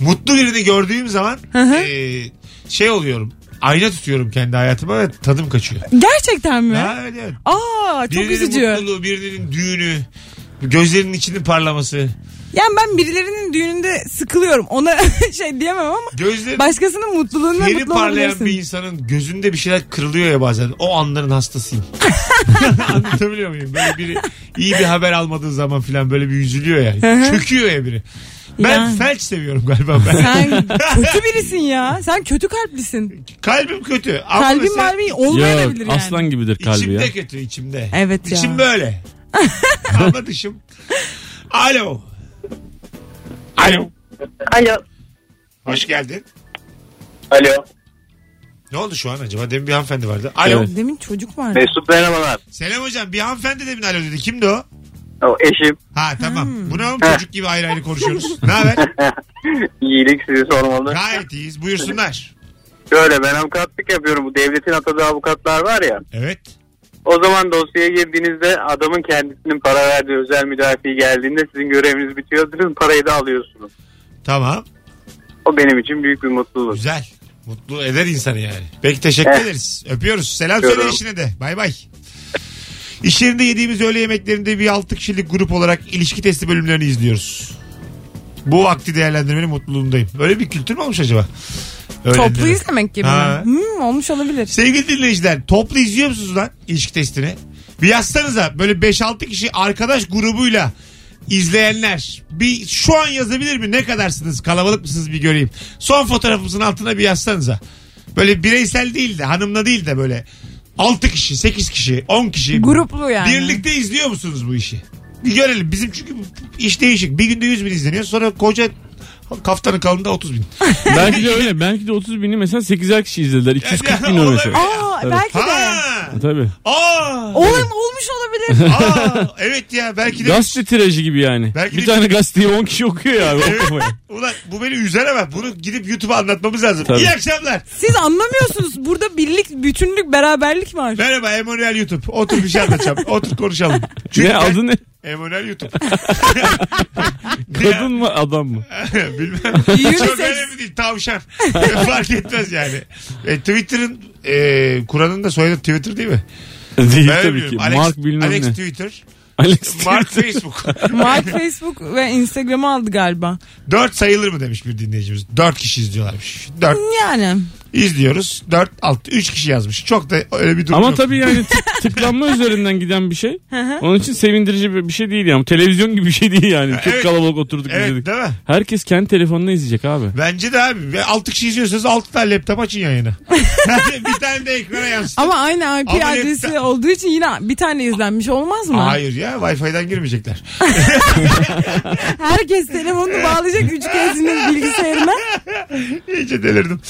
B: Mutlu birini gördüğüm zaman e, şey oluyorum. Ayna tutuyorum kendi hayatıma ve tadım kaçıyor.
D: Gerçekten mi?
B: Ha, evet, evet.
D: Aa çok
B: birinin
D: üzücü.
B: mutluluğu, birinin düğünü, gözlerinin içinin parlaması.
D: Yani ben birilerinin düğününde sıkılıyorum. Ona *laughs* şey diyemem ama
B: Gözlerin
D: başkasının mutluluğuna
B: Yeni
D: mutlu
B: parlayan
D: olabilirsin.
B: bir insanın gözünde bir şeyler kırılıyor ya bazen. O anların
D: *laughs*
B: hastasıyım. Anlatabiliyor muyum? Böyle biri iyi bir haber almadığı zaman filan böyle bir üzülüyor ya.
D: hı.
B: Çöküyor ya biri. Ben
D: Yani.
B: felç seviyorum galiba ben.
D: Sen kötü birisin ya. Sen kötü kalplisin.
B: *laughs* Kalbim kötü. Ama
D: Kalbin
B: mesela
D: var mı?
C: Yok
D: Olmayabilir yani.
C: aslan gibidir kalbi
B: İçimde
C: ya.
B: kötü içimde.
D: Evet ya.
B: İçim
D: *laughs*
B: böyle. Ama dışım. Alo. Alo.
I: Alo.
B: Hoş geldin.
E: Alo.
B: Ne oldu şu an acaba? Demin bir hanımefendi vardı. Alo.
C: Evet.
D: Demin çocuk var.
E: Mesut merhabalar.
B: Selam hocam. Bir hanımefendi demin alo dedi. Kimdi o?
I: O eşim *laughs*
B: Ha tamam.
D: Hmm.
B: Bu ne oğlum çocuk gibi ayrı ayrı *laughs* konuşuyoruz. Ne haber?
I: iyilik sizi sormalı.
B: Gayet iyiyiz. Buyursunlar.
I: Şöyle ben avukatlık yapıyorum. Bu devletin atadığı avukatlar var ya.
B: Evet.
I: O zaman dosyaya girdiğinizde adamın kendisinin para verdiği özel müdafi geldiğinde sizin göreviniz bitiyor. Sizin parayı da alıyorsunuz.
B: Tamam.
I: O benim için büyük bir mutluluk.
B: Güzel. Mutlu eder insanı yani. Peki teşekkür
I: Evet.
B: ederiz. Öpüyoruz. Selam
I: Öpüyorum.
B: söyle eşine de. Bay bay. İş yerinde yediğimiz öğle yemeklerinde bir 6 kişilik grup olarak ilişki testi bölümlerini izliyoruz. Bu vakti değerlendirmenin mutluluğundayım. Böyle bir kültür mü olmuş acaba? Öğlenleri.
D: Toplu izlemek gibi.
B: Ha. Şey,
D: mi? Hmm, olmuş olabilir.
B: Sevgili dinleyiciler toplu izliyor musunuz lan ilişki testini? Bir yazsanıza böyle 5-6 kişi arkadaş grubuyla izleyenler bir şu an yazabilir mi? Ne kadarsınız? Kalabalık mısınız bir göreyim. Son fotoğrafımızın altına bir yazsanıza. Böyle bireysel değil de hanımla değil de böyle 6 kişi, 8 kişi, 10 kişi.
D: Gruplu yani.
B: Birlikte izliyor musunuz bu işi? Bir görelim. Bizim çünkü iş değişik. Bir günde 100 bin izleniyor. Sonra koca kaftanın kalında 30 bin.
C: *laughs* belki de öyle. Belki de 30 bini mesela 8'er kişi izlediler.
B: *laughs*
C: 240 bin o
B: olabilir.
C: mesela.
D: Aa
C: Evet.
D: belki de.
B: Ha! *laughs*
C: Tabii.
B: Aa!
D: Olan olmuş olabilir.
B: Aa! Evet ya belki de
C: Gazete tirajı gibi yani.
B: Belki
C: bir
B: de-
C: tane gazeteyi 10 kişi okuyor ya. abi,
B: Evet.
C: okumayı.
B: Ulan bu beni üzer ama bunu gidip YouTube'a anlatmamız lazım.
C: Tabii.
B: İyi akşamlar.
D: Siz anlamıyorsunuz. Burada birlik, bütünlük,
B: *laughs*
D: beraberlik var.
B: Merhaba Emanuel YouTube. Otur bir şey anlatacağım. Otur konuşalım. Çünkü
C: ne adı ne?
B: ben- Emanuel YouTube.
C: *laughs* Kadın mı adam mı?
B: *laughs* Bilmem. Çok
D: Unisex.
B: önemli değil. Tavşan. *laughs* Fark etmez yani. E, Twitter'ın e, Kur'an'ın da soyadı Twitter değil mi?
C: Değil
B: Ben
C: tabii
B: bilmiyorum.
C: ki.
B: Alex,
C: Mark bilmem
B: Alex
C: ne.
B: Twitter.
C: Alex *laughs*
B: Mark
C: Twitter.
B: Facebook.
D: Mark Facebook ve Instagram'ı aldı galiba.
B: Dört sayılır mı demiş bir dinleyicimiz. Dört kişi izliyorlarmış. Dört
D: Yani.
B: izliyoruz. Dört altı. Üç kişi yazmış. Çok da öyle bir durum
C: Ama
B: yok.
C: tabii yani tık- tıklanma üzerinden giden bir şey.
D: hı.
C: Onun için sevindirici bir bir şey değil yani. Televizyon gibi bir şey değil yani. Çok
B: Evet.
C: kalabalık oturduk
B: Evet
C: izledik.
B: değil mi?
C: Herkes kendi telefonunu izleyecek abi.
B: Bence de abi. Ve 6 kişi izliyorsanız 6 tane laptop açın
D: *laughs*
B: yayını. bir tane de ekrana yansıtın.
D: Ama aynı IP
B: Ama
D: adresi
B: hep-
D: olduğu için yine bir tane izlenmiş olmaz mı?
B: Hayır ya Wi-Fi'den girmeyecekler.
D: Herkes telefonunu bağlayacak üç kez bilgisayarına.
B: İyice delirdim.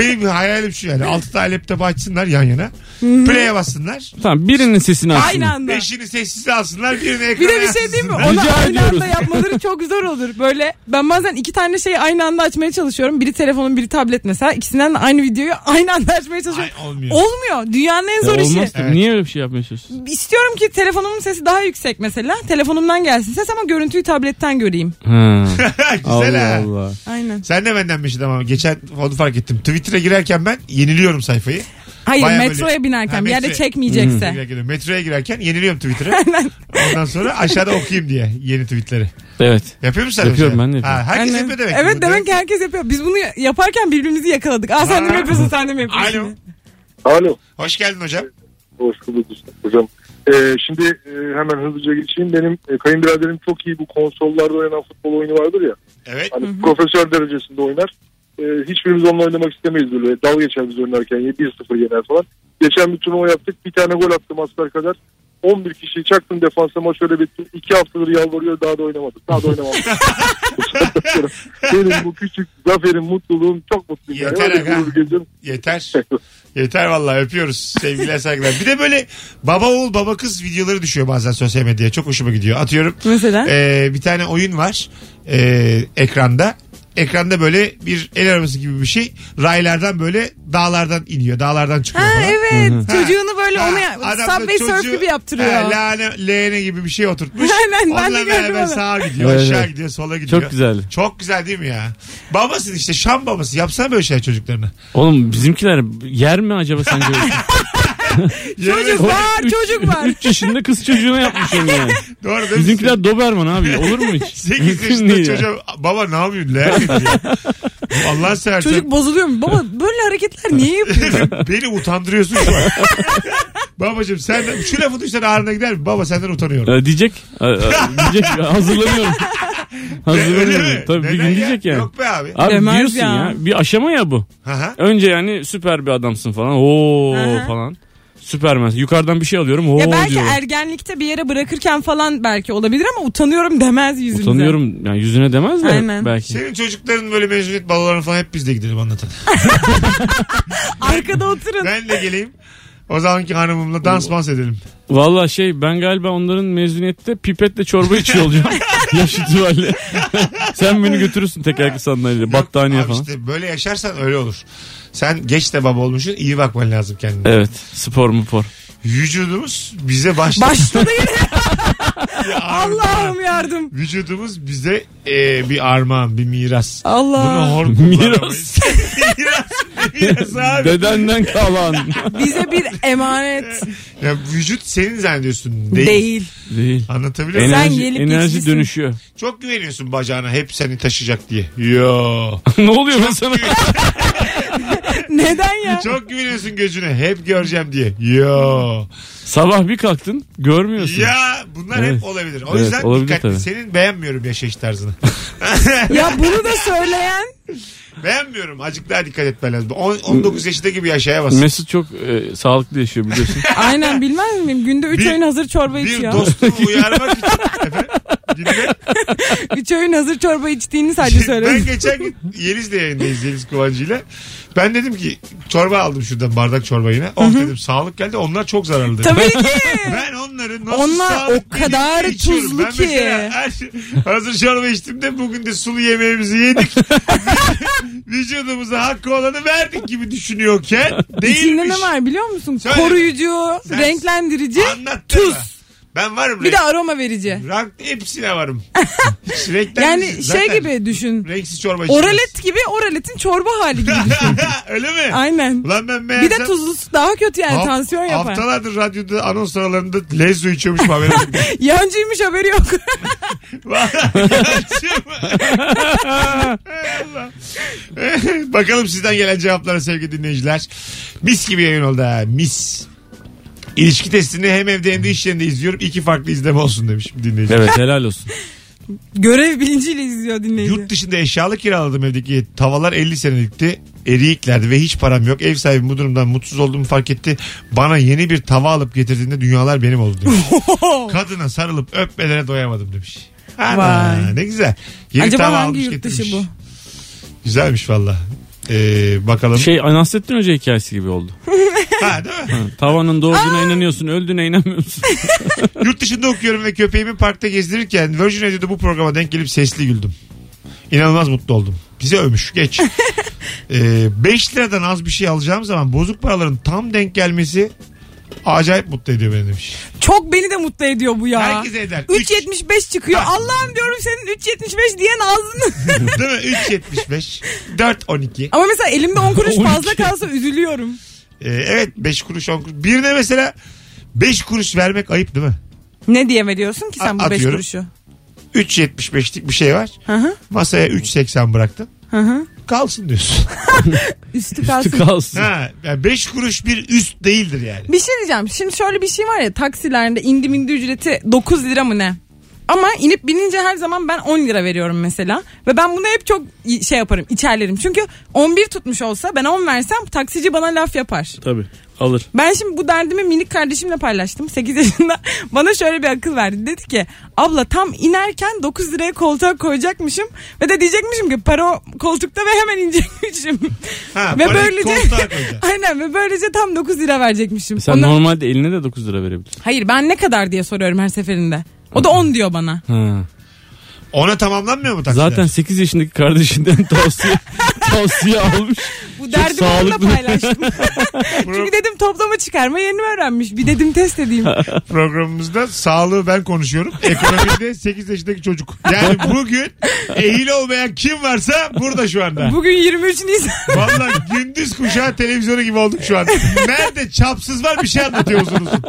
B: Beni benim hayalim şu yani. Altı tane laptop açsınlar yan yana. Play'e bassınlar.
C: Tamam birinin sesini açsın.
D: Aynı anda.
B: Beşini sessize alsınlar. Birini
D: Bir
B: ekrana
D: de bir şey diyeyim mi?
B: yansıtsınlar.
D: Onu
C: Rica
D: aynı
C: ediyoruz.
D: anda yapmaları çok zor olur. Böyle ben bazen iki tane şeyi aynı anda açmaya çalışıyorum. Biri telefonun biri tablet mesela. İkisinden de aynı videoyu aynı anda açmaya çalışıyorum.
B: Ay, olmuyor. *laughs*
D: Olmuyor. Dünyanın en
C: Ya
D: zor işi.
C: olmaz tabii.
B: Evet.
C: Niye öyle bir şey yapmıyorsunuz?
D: İstiyorum ki telefonumun sesi daha yüksek mesela. Telefonumdan gelsin ses ama görüntüyü tabletten göreyim.
C: Ha.
B: Güzel ha.
C: Allah.
D: Aynen.
B: Sen de benden bir şey ama geçen onu fark ettim. Twitter'a girerken ben yeniliyorum sayfayı.
D: Hayır
B: Bayağı
D: metroya
B: böyle-
D: binerken
B: Ha,
D: bir yerde
B: metroya-
D: çekmeyecekse.
B: Girerken- Metroya girerken yeniliyorum
D: *laughs*
B: Twitter'a. Ondan sonra aşağıda okuyayım diye yeni tweetleri.
C: Evet.
B: Yapıyor musun sen?
C: Yapıyorum,
B: mesela?
C: ben de yapıyorum.
B: Ha, herkes
D: Aynen.
B: yapıyor demek.
D: Evet
B: Bu-
D: demek ki herkes yapıyor. Biz bunu yaparken birbirimizi yakaladık. Aa sen de mi yapıyorsun sen de mi yapıyorsun?
B: Alo.
J: Alo.
B: Hoş geldin hocam.
J: Hoş bulduk hocam. Ee, şimdi e, hemen hızlıca geçeyim. Benim e, kayınbiraderim çok iyi bu konsollarda oynanan futbol oyunu vardır ya.
B: Evet.
J: Hani profesör derecesinde oynar. Ee, hiçbirimiz onunla oynamak istemeyiz böyle. Dalga geçer biz oynarken. 1-0 yener falan. Geçen bir turnuva yaptık. Bir tane gol attım asper kadar. 11 kişiyi çaktım defansa maç öyle bitti. 2 haftadır yalvarıyor daha da oynamadık. Daha da
B: *laughs*
J: oynamadım. Benim bu küçük zaferim, mutluluğum çok mutluyum. yani.
B: Yeter
J: Öyle
B: aga.
J: gurur gözüm.
B: Yeter. Yeter vallahi öpüyoruz. Sevgiler saygılar. Bir de böyle baba oğul baba kız videoları düşüyor bazen sosyal medyaya. Çok hoşuma gidiyor. Atıyorum.
D: Mesela?
B: e, bir tane oyun var e, ekranda. Ekranda böyle bir el arabası gibi bir şey. Raylardan böyle dağlardan iniyor. Dağlardan çıkıyor
D: Ha
B: falan.
D: evet. Çocuğunu böyle
B: Ha,
D: onu ya-
B: adam da
D: Subway Surf
B: çocuğu,
D: gibi yaptırıyor.
B: he, Lane, leğene gibi bir şey oturtmuş.
D: *laughs* Aynen, ben de
B: Onunla
D: gördüm
B: beraber
D: onu.
B: sağa
C: *laughs*
B: gidiyor,
C: Evet,
B: aşağı
C: evet.
B: gidiyor, sola gidiyor.
C: Çok güzeldi.
B: Çok güzel değil mi ya? Babasın işte, Şam babası. Yapsana böyle şeyler
D: *laughs*
B: çocuklarına.
C: Oğlum bizimkiler yer mi acaba sence?
D: Çocuk var çocuk var.
C: 3 yaşında kız çocuğuna yapmış
B: *laughs*
C: onu yani.
B: Doğru değil mi? *laughs*
C: Bizimkiler Doberman abi olur mu hiç?
B: 8
C: Mümkün
B: şey. yaşında
C: değil ya.
B: çocuğa baba ne yapıyorsun leğen mi diyor.
D: *laughs*
B: Allah seversen.
D: Çocuk bozuluyor mu? Baba böyle hareketler niye yapıyor?
B: *laughs* Beni utandırıyorsun şu an. *laughs* Babacım sen şu lafı duysan ağrına gider mi? Baba senden utanıyorum.
C: Ee, diyecek.
B: *laughs*
C: Ee, e, diyecek. Hazırlanıyorum.
B: Öyle mi?
C: Hazırlanıyorum. Tabii bir
B: Neden
C: gün
B: ya?
C: diyecek yani.
B: Yok be abi.
C: Abi
D: Demez
C: diyorsun
D: ya.
C: ya. Bir aşama ya bu.
B: Aha.
C: Önce yani süper bir adamsın falan. Oo
D: Aha.
C: falan. Süpermen. Yukarıdan bir şey alıyorum. Oo
D: ya belki er-
C: diyorum.
D: ergenlikte bir yere bırakırken falan belki olabilir ama utanıyorum demez yüzümüze.
C: Utanıyorum. Yani yüzüne demez de
D: Aynen.
C: belki.
B: Senin çocukların böyle mezuniyet balolarına falan hep biz de gidelim anlatan.
D: Arkada oturun.
B: Ben de geleyim. O zamanki hanımımla dans dans edelim.
C: Valla şey ben galiba onların mezuniyette pipetle çorba
B: *laughs*
C: içiyor olacağım. Yaş itibariyle. Sen beni götürürsün tekerlekli sandalyeyle. Battaniye
B: Abi
C: falan.
B: işte böyle yaşarsan öyle olur. Sen geç de baba olmuşsun iyi bakman lazım kendine.
C: Evet. Spor mu spor.
B: Vücudumuz bize başladı.
D: Başladı
B: *laughs*
D: yine. Allah'ım yardım.
B: Vücudumuz bize e, bir armağan, bir miras. Bunu
D: Allah.
B: hor kullanamayız. *laughs* miras. Miras abi.
C: Dedenden
B: *laughs*
C: kalan.
D: Bize bir emanet
B: Ya vücut senin zannediyorsun. Değil.
D: değil.
C: Değil.
B: Anlatabiliyor muyum?
D: Sen
C: Enerji,
D: gelip
C: enerji
D: geçmişsin.
C: dönüşüyor.
B: Çok güveniyorsun bacağına hep seni taşıyacak diye. Yo.
C: ne oluyor lan *laughs* sana?
D: Neden ya?
B: Çok güveniyorsun gözüne hep göreceğim diye. Yo.
C: Sabah bir kalktın görmüyorsun.
B: Ya bunlar
C: Evet.
B: hep olabilir. O
C: Evet,
B: yüzden
C: olabilir
B: dikkatli.
C: tabii.
B: Senin beğenmiyorum yaşayış tarzını. *laughs*
D: Ya bunu da söyleyen
B: beğenmiyorum. Azıcık daha dikkat etmen lazım. On- 19 yaşında gibi yaşayamazsın.
C: Mesut çok e, sağlıklı yaşıyor biliyorsun.
D: aynen bilmez miyim? Günde 3
B: Bir-
D: öğün hazır çorba
B: Bir
D: içiyor. *laughs*
B: dostumu
C: *laughs*
B: uyarmak için. Efendim? Dinle.
D: 3 öğün hazır çorba içtiğini sadece
B: Şimdi ben
D: söyledim.
B: geçen gün Yeliz'le yayındayız Yeliz Kıvancı'yla. Ben dedim ki çorba aldım şuradan bardak çorba yine. Oh dedim sağlık geldi onlar çok zararlı. dedim.
D: Tabii ki.
B: Ben onları nasıl
D: Onlar
B: sağlık
D: o kadar
B: yediğini içiyorum.
D: tuzlu
B: ben
D: ki.
B: Mesela her, şey- hazır çorba içtim de bugün de sulu yemeğimizi
D: *laughs*
B: yedik. Vücudumuza hakkı olanı verdik gibi düşünüyorken
D: İçinde
B: değilmiş.
D: ne var biliyor musun?
B: Söyle.
D: Koruyucu,
B: Sen-
D: renklendirici,
B: Anlattın mı?
D: tuz.
B: Ben varım.
D: Bir de
B: renk-
D: aroma verici.
B: Rank hepsine varım.
D: *laughs*
B: Hiç
D: Yani
B: renklenmeyeceğiz.
D: şey
B: Zaten
D: gibi düşün.
B: Renksiz çorba içeceğiz.
D: Oralet gibi oraletin çorba hali
B: *laughs*
D: gibi *laughs* düşün.
B: Öyle mi?
D: Aynen.
B: Ulan ben meğersem...
D: Bir de tuzlusu daha kötü yani
B: Haft-
D: tansiyon yapar.
B: Haftalardır radyoda anons aralarında lezzet içiyormuş haberim
D: *laughs*
B: yok.
D: Yancıymış haberi yok. *laughs*
B: *laughs* Bakalım sizden gelen cevaplara sevgili dinleyiciler. Mis gibi yayın oldu ha mis. İlişki testini hem evde hem de iş yerinde izliyorum. İki farklı izleme olsun demiş bir dinleyici.
C: *laughs* evet helal olsun.
D: Görev bilinciyle izliyor dinleyici.
B: Yurt dışında eşyalı kiraladım evdeki tavalar 50 senelikti. Eriyiklerdi ve hiç param yok. Ev sahibi bu durumdan mutsuz olduğumu fark etti. Bana yeni bir tava alıp getirdiğinde dünyalar benim oldu
D: *laughs*
B: demiş. Kadına sarılıp öpmelere doyamadım demiş. Ana,
D: Vay.
B: ne güzel. Yeni
D: Acaba
B: tava
D: hangi
B: almış
D: yurt dışı
B: getirmiş.
D: bu?
B: Güzelmiş valla. Ee, bakalım.
C: Şey Nasrettin Hoca hikayesi gibi oldu.
B: Ha, değil mi?
C: Ha, Tavanın doğduğuna inanıyorsun, öldüğüne inanmıyorsun.
B: Yurt dışında okuyorum ve köpeğimi parkta gezdirirken Virgin Radio'da bu programa denk gelip sesli güldüm. İnanılmaz mutlu oldum. Bize övmüş. Geç. 5 liradan az bir şey alacağım zaman bozuk paraların tam denk gelmesi acayip mutlu ediyor beni demiş.
D: Çok beni de mutlu ediyor bu ya.
B: Herkes eder. Üç-
D: 3.75 çıkıyor.
B: Ha.
D: Allah'ım diyorum senin 3.75 diyen
B: *laughs*
D: ağzını.
B: *laughs* Değil mi? 3.75. 4.12.
D: Ama mesela elimde
B: *laughs*
D: 10 kuruş
C: 12.
D: fazla kalsa üzülüyorum.
B: Ee, evet 5 kuruş 10 kuruş. Birine mesela 5 kuruş vermek ayıp değil mi?
D: Ne diye mi diyorsun ki sen
B: A-
D: bu 5
B: atıyorum.
D: kuruşu?
B: 3.75'lik bir şey var.
D: Hı hı.
B: Masaya 3.80 bıraktın.
D: Hı hı.
B: Kalsın
D: *laughs*
B: diyorsun.
D: Üstü *laughs* kalsın.
C: Kalsın.
B: ha, yani 5 kuruş bir üst değildir yani.
D: Bir şey diyeceğim. Şimdi şöyle bir şey var ya taksilerinde indi bindi ücreti 9 lira mı ne? Ama inip binince her zaman ben 10 lira veriyorum mesela. Ve ben bunu hep çok i- şey yaparım içerlerim. Çünkü 11 tutmuş olsa ben 10 versem taksici bana laf yapar.
C: Tabii. Alır.
D: Ben şimdi bu derdimi minik kardeşimle paylaştım. 8 yaşında *laughs* bana şöyle bir akıl verdi. Dedi ki abla tam inerken 9 liraya koltuğa koyacakmışım. Ve de diyecekmişim ki para o koltukta ve hemen inecekmişim.
B: Ha,
D: *laughs* ve
B: parayı
D: böylece
B: koltuğa koyacaksın.
D: aynen ve böylece tam 9 lira verecekmişim.
C: Sen
D: Ondan-
C: normalde eline de 9 lira verebilirsin.
D: Hayır ben ne kadar diye soruyorum her seferinde. O da 10 diyor bana.
C: Ha.
B: Ona tamamlanmıyor mu taksiler?
C: Zaten 8 yaşındaki kardeşinden *laughs* tavsiye tavsiye almış.
D: Bu
C: Çok
D: derdimi onunla
C: sağlıklı.
D: paylaştım.
C: *laughs*
D: *laughs* Çünkü dedim toplama çıkarma yerini öğrenmiş. Bir dedim
C: *laughs*
D: test edeyim.
B: programımızda sağlığı ben konuşuyorum.
D: *laughs*
B: Ekonomide 8 yaşındaki çocuk. Yani bugün ehil olmayan kim varsa burada şu anda.
D: Bugün 23 Nisan. *laughs*
B: Valla gündüz kuşağı televizyonu gibi olduk şu an. Nerede çapsız var bir şey anlatıyor uzun uzun.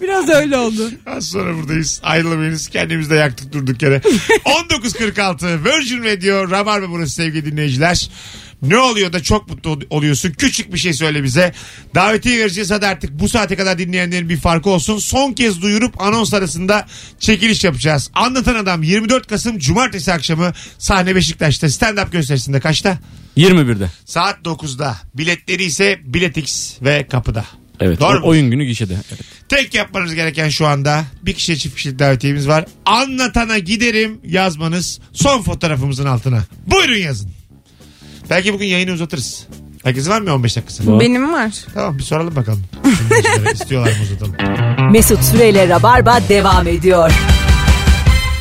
D: Biraz öyle oldu.
B: Az sonra buradayız. Ayrılmayınız. Kendimizi de yaktık durduk yere. 19.46 Virgin Radio Rabarba burası sevgili dinleyiciler. Ne oluyor da çok mutlu ol- oluyorsun. Küçük bir şey söyle bize. Davetiye vereceğiz hadi artık bu saate kadar dinleyenlerin bir farkı olsun. Son kez duyurup anons arasında çekiliş yapacağız. Anlatan Adam 24 Kasım Cumartesi akşamı sahne Beşiktaş'ta stand-up gösterisinde kaçta?
C: 21'de.
B: Saat 9'da. Biletleri ise Biletix ve kapıda.
C: Evet.
B: Doğru
C: o-
B: mu?
C: oyun günü gişede. Evet.
B: Tek yapmanız gereken şu anda bir kişiye çift kişilik davetiyemiz var. Anlatana giderim yazmanız son fotoğrafımızın altına. Buyurun yazın. Belki bugün yayını uzatırız. Herkesin var mı 15 dakikası?
C: Var.
D: Benim var.
B: Tamam bir soralım bakalım. Dinleyicilere İstiyorlar mı uzatalım?
A: Mesut Süreyle Rabarba devam ediyor.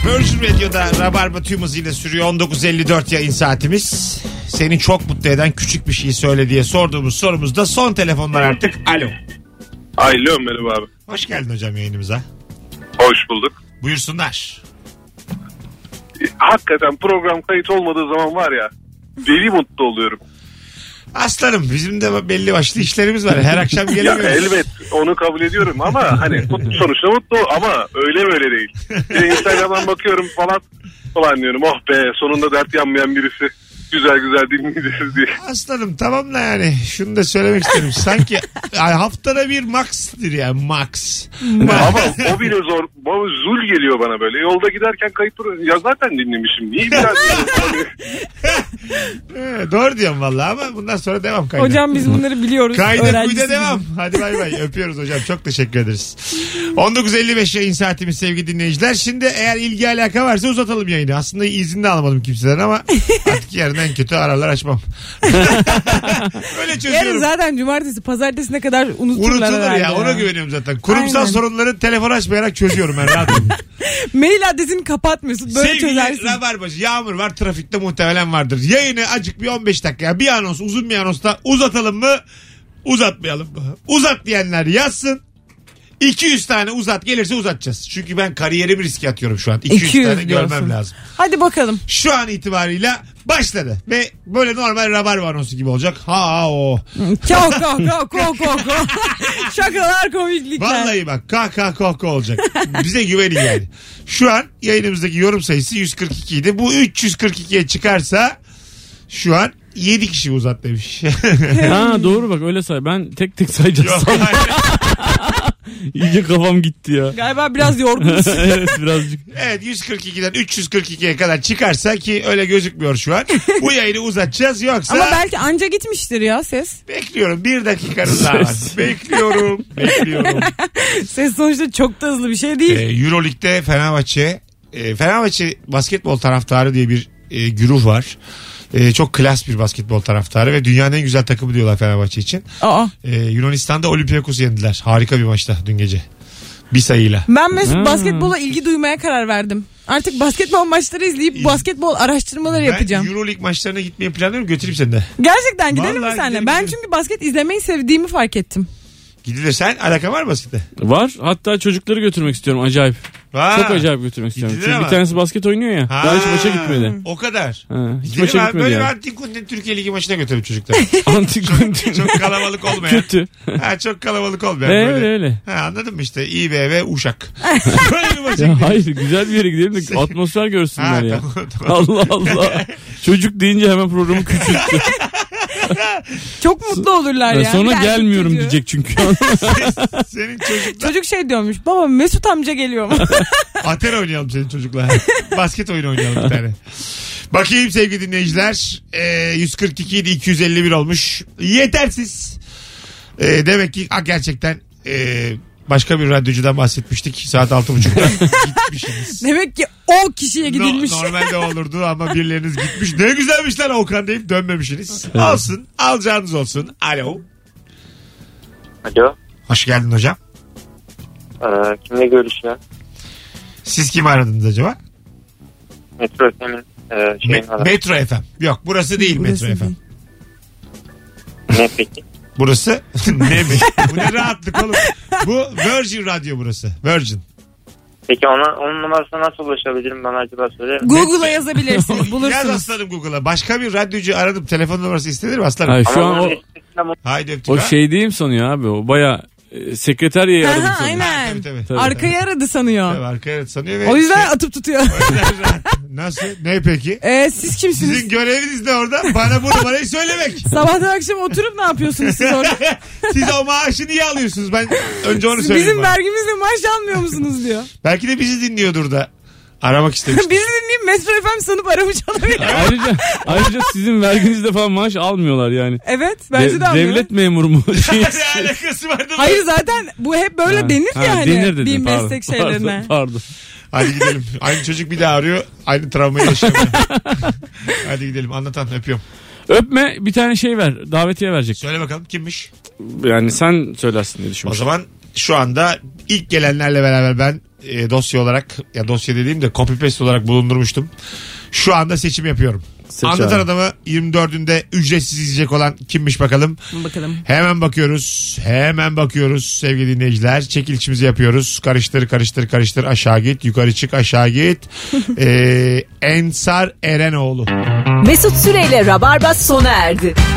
B: Virgin Radio'da Rabarba tüm hızıyla sürüyor. 19.54 yayın saatimiz. Seni çok mutlu eden küçük bir şey söyle diye sorduğumuz sorumuzda son telefonlar artık. Alo.
G: Alo merhaba abi.
B: Hoş geldin hocam yayınımıza.
G: Hoş bulduk.
B: Buyursunlar.
G: Hakikaten program kayıt olmadığı zaman var ya deli mutlu oluyorum.
B: Aslanım bizim de belli başlı işlerimiz var. Her akşam
G: Ya
B: gelemiyoruz.
G: elbet onu kabul ediyorum ama hani mutlu- sonuçta mutlu ol- ama öyle böyle değil. Bir de Instagram'dan bakıyorum falan falan diyorum oh be sonunda dert yanmayan birisi güzel güzel dinleyeceğiz diye.
B: Aslanım tamam da yani şunu da söylemek isterim.
D: *laughs*
B: Sanki ay, haftada bir max'tir yani max.
G: Ama o bile zor. O zul geliyor bana böyle. Yolda giderken kayıt duruyor. Ya zaten dinlemişim. Niye bir daha dinliyorum?
B: Ee, Doğru diyorum vallahi ama bundan sonra devam kayda.
D: Hocam biz bunları biliyoruz.
B: Kayda kuyda
D: Öğrencisiniz.
B: devam. Hadi bay bay. Öpüyoruz hocam. Çok teşekkür ederiz. 19.55 yayın saatimiz sevgili dinleyiciler. Şimdi eğer ilgi alaka varsa uzatalım yayını. Aslında izin de alamadım kimseden
D: *laughs*
B: ama artık yarın en kötü ararlar açmam. Öyle çözüyorum.
D: Yarın zaten cumartesi pazartesine kadar unuturlar
B: Unutulur
D: herhalde
B: ya ona güveniyorum zaten. Kurumsal
D: Aynen.
B: sorunları telefon açmayarak çözüyorum ben rahatım.
D: Mail adresini kapatmıyorsun Böyle
B: Sevgili
D: çözersin.
B: Rabarbacı Yağmur var trafikte muhtemelen vardır. Yayını acık bir 15 dakikaya bir anons uzun bir anons da uzatalım mı uzatmayalım *laughs* mı? Uzat diyenler yazsın. 200 tane uzat gelirse uzatacağız. Çünkü ben kariyerimi riske atıyorum şu an. 200,
D: 200
B: tane görmem
D: diyorsun.
B: lazım.
D: Hadi bakalım.
B: Şu an itibarıyla başladı. Ve böyle normal rabarba anonsu gibi olacak. Ha ha, o.
D: Çok ko ko ko ko ko.
B: *laughs*
D: Şakalar komiklikler.
B: Vallahi bak kah kah koh koh olacak. Bize güvenin yani. Şu an yayınımızdaki yorum sayısı 142 idi. Bu 342'ye çıkarsa şu an 7 kişi uzat demiş. *laughs*
C: ha doğru bak öyle say. Ben tek tek sayacağız.
B: Yok, hayır.
C: *laughs* İyice kafam gitti ya.
D: Galiba
B: *laughs*
D: biraz
C: *laughs*
D: yorgunuz.
C: evet birazcık.
B: evet 142'den 342'ye kadar çıkarsa ki öyle gözükmüyor şu an. Bu yayını uzatacağız yoksa
D: Ama belki anca gitmiştir ya ses.
B: bekliyorum. Bir dakikanız daha var.
C: Ses.
B: Bekliyorum. Bekliyorum.
D: Ses sonuçta çok da hızlı bir şey
B: ee,
D: değil.
B: Euroleague'de Fenerbahçe e, Fenerbahçe basketbol taraftarı diye bir e, güruh var. e, çok klas bir basketbol taraftarı ve dünyanın en güzel takımı diyorlar Fenerbahçe için.
D: Aa.
B: E, Yunanistan'da Olympiakos'u yendiler. Harika bir maçta dün gece. Bir sayıyla.
D: Ben mes-
C: Hmm.
D: basketbola ilgi duymaya karar verdim. Artık basketbol maçları izleyip basketbol araştırmaları yapacağım.
B: Ben Euroleague maçlarına gitmeyi planlıyorum. Götüreyim seni de.
D: Gerçekten gidelim mi
B: Vallahi
D: senle?
B: gidelim,
D: Ben
B: gidelim.
D: çünkü basket izlemeyi sevdiğimi fark ettim.
B: Gidilir. Sen alakan var mı basketle?
C: Var. Hatta çocukları götürmek istiyorum acayip.
B: Var.
C: Çok acayip götürmek istiyorum.
B: Gidilir
C: Çünkü
B: ama.
C: bir tanesi basket oynuyor ya.
B: Ha,
C: Daha hiç maça gitmedi.
B: O kadar.
C: Ha, hiç
B: Gidelim
C: maça
B: abi.
C: gitmedi
B: Böyle bir
C: yani.
B: antikontinent Türkiye Ligi maçına götürelim çocukları. *laughs*
C: Antik
B: çok kalabalık
C: *laughs*
B: olmayan.
C: kötü.
B: Ha, çok kalabalık olmayan.
C: Ee,
B: böyle.
C: öyle öyle.
B: Ha, anladın mı işte İBB Uşak. Böyle bir maça
C: Ya
B: gidelim.
C: hayır güzel bir yere
B: *laughs*
C: gidelim de atmosfer görsünler
B: Ha,
C: ya.
B: tamam, tamam.
C: *laughs* Allah Allah. Çocuk deyince hemen programı küçülttü.
D: Çok mutlu olurlar
C: Ben
D: ya.
C: Sonra
D: Bir erkek
C: gelmiyorum
D: çocuğu.
C: diyecek çünkü. *laughs*
B: Senin çocuk
D: Çocuk şey diyormuş. Baba Mesut amca geliyor.
C: *laughs*
B: Ater oynayalım senin çocukla. Basket oyunu oynayalım bir tane. Bakayım sevgili dinleyiciler. Ee, 142 idi 251 olmuş. Yetersiz. Ee, demek ki ha, gerçekten ee, başka bir radyocudan bahsetmiştik. Saat 6.30'da gitmişsiniz.
D: *laughs* Demek ki o kişiye
C: *laughs*
D: gidilmiş.
B: No- normalde olurdu ama birileriniz gitmiş. Ne güzelmiş lan Okan deyip dönmemişsiniz. Alsın alacağınız olsun. Alo.
I: Alo.
B: Hoş geldin hocam.
I: Ee, kimle görüşüyor?
B: Siz kimi aradınız acaba?
I: Metro FM'in e,
G: Şey
I: şeyini
B: Me-
I: aradım.
B: Metro FM. Yok burası değil
D: Burası
B: Metro FM.
D: değil.
I: Ne peki?
D: *laughs*
B: Burası *laughs* ne mi? Bu ne rahatlık oğlum. Bu Virgin Radyo burası. Virgin.
I: Peki ona, onun numarasına nasıl ulaşabilirim bana acaba söyle.
B: *laughs*
D: Google'a yazabilirsiniz.
B: Yaz
D: Bulursunuz.
B: aslanım Google'a. Başka bir radyocu aradım. Telefon numarası istenir mi aslanım?
C: Ay,
I: Ama
C: şu an
I: bunun
C: o,
I: listesinde bu-
B: Haydi öptük
C: o
B: ha.
C: şey diyeyim sanıyor abi. O baya e, sekreteriye
D: Aha,
C: aradım sanıyor.
D: aynen.
B: Tabii, tabii.
C: Tabii.
D: Arkaya aradı
B: Tabii,
D: sanıyor.
B: arkaya evet sanıyor. Ve
D: O yüzden
B: işte- *laughs*
D: atıp tutuyor.
B: Nasıl? Ne peki?
D: Ee, siz kimsiniz?
B: Sizin göreviniz ne orada? Bana bu numarayı söylemek.
D: *laughs* Sabahtan akşam oturup ne yapıyorsunuz siz orada?
B: Siz o maaşı niye alıyorsunuz? Ben önce *laughs* onu
D: Siz
B: söyleyeyim.
D: Bizim
B: bana.
D: vergimizle maaş almıyor
B: *laughs*
D: musunuz diyor.
B: Belki de bizi dinliyordur da. Aramak istemiş.
D: *laughs* Bizi dinleyip Metro FM sanıp aramış
B: *laughs*
D: olabilir.
C: Ayrıca, ayrıca sizin verginizde falan maaş almıyorlar yani.
D: Evet bence
C: De-
D: de almıyor.
C: devlet memuru mu? *laughs* Şey-
B: ne alakası vardı? bunun?
D: Hayır zaten bu hep böyle
C: Ha,
D: denir
C: ha,
D: ya hani
C: denir dedim,
D: bir
C: pardon,
D: meslek
C: pardon, *laughs*
D: şeylerine.
C: Pardon.
B: Hadi gidelim. Aynı çocuk bir daha arıyor. Aynı travmayı yaşamıyor. Hadi gidelim. Anlatan öpüyorum.
C: Öpme bir tane şey ver. Davetiye verecek.
B: Söyle bakalım kimmiş?
C: Yani sen söylersin diye
B: O
C: düşünmüştüm.
B: zaman şu anda ilk gelenlerle beraber ben e, dosya olarak ya dosya dediğim de copy paste olarak bulundurmuştum. Şu anda seçim yapıyorum.
C: Seç
B: Anlatan
C: abi.
B: adamı 24'ünde ücretsiz izleyecek olan kimmiş bakalım.
D: Bakalım.
B: Hemen bakıyoruz. Hemen bakıyoruz sevgili dinleyiciler. Çekilişimizi yapıyoruz. Karıştır karıştır karıştır aşağı git. Yukarı çık aşağı git. Ee, Ensar Erenoğlu.
A: Mesut Süreyle Rabarba sona erdi.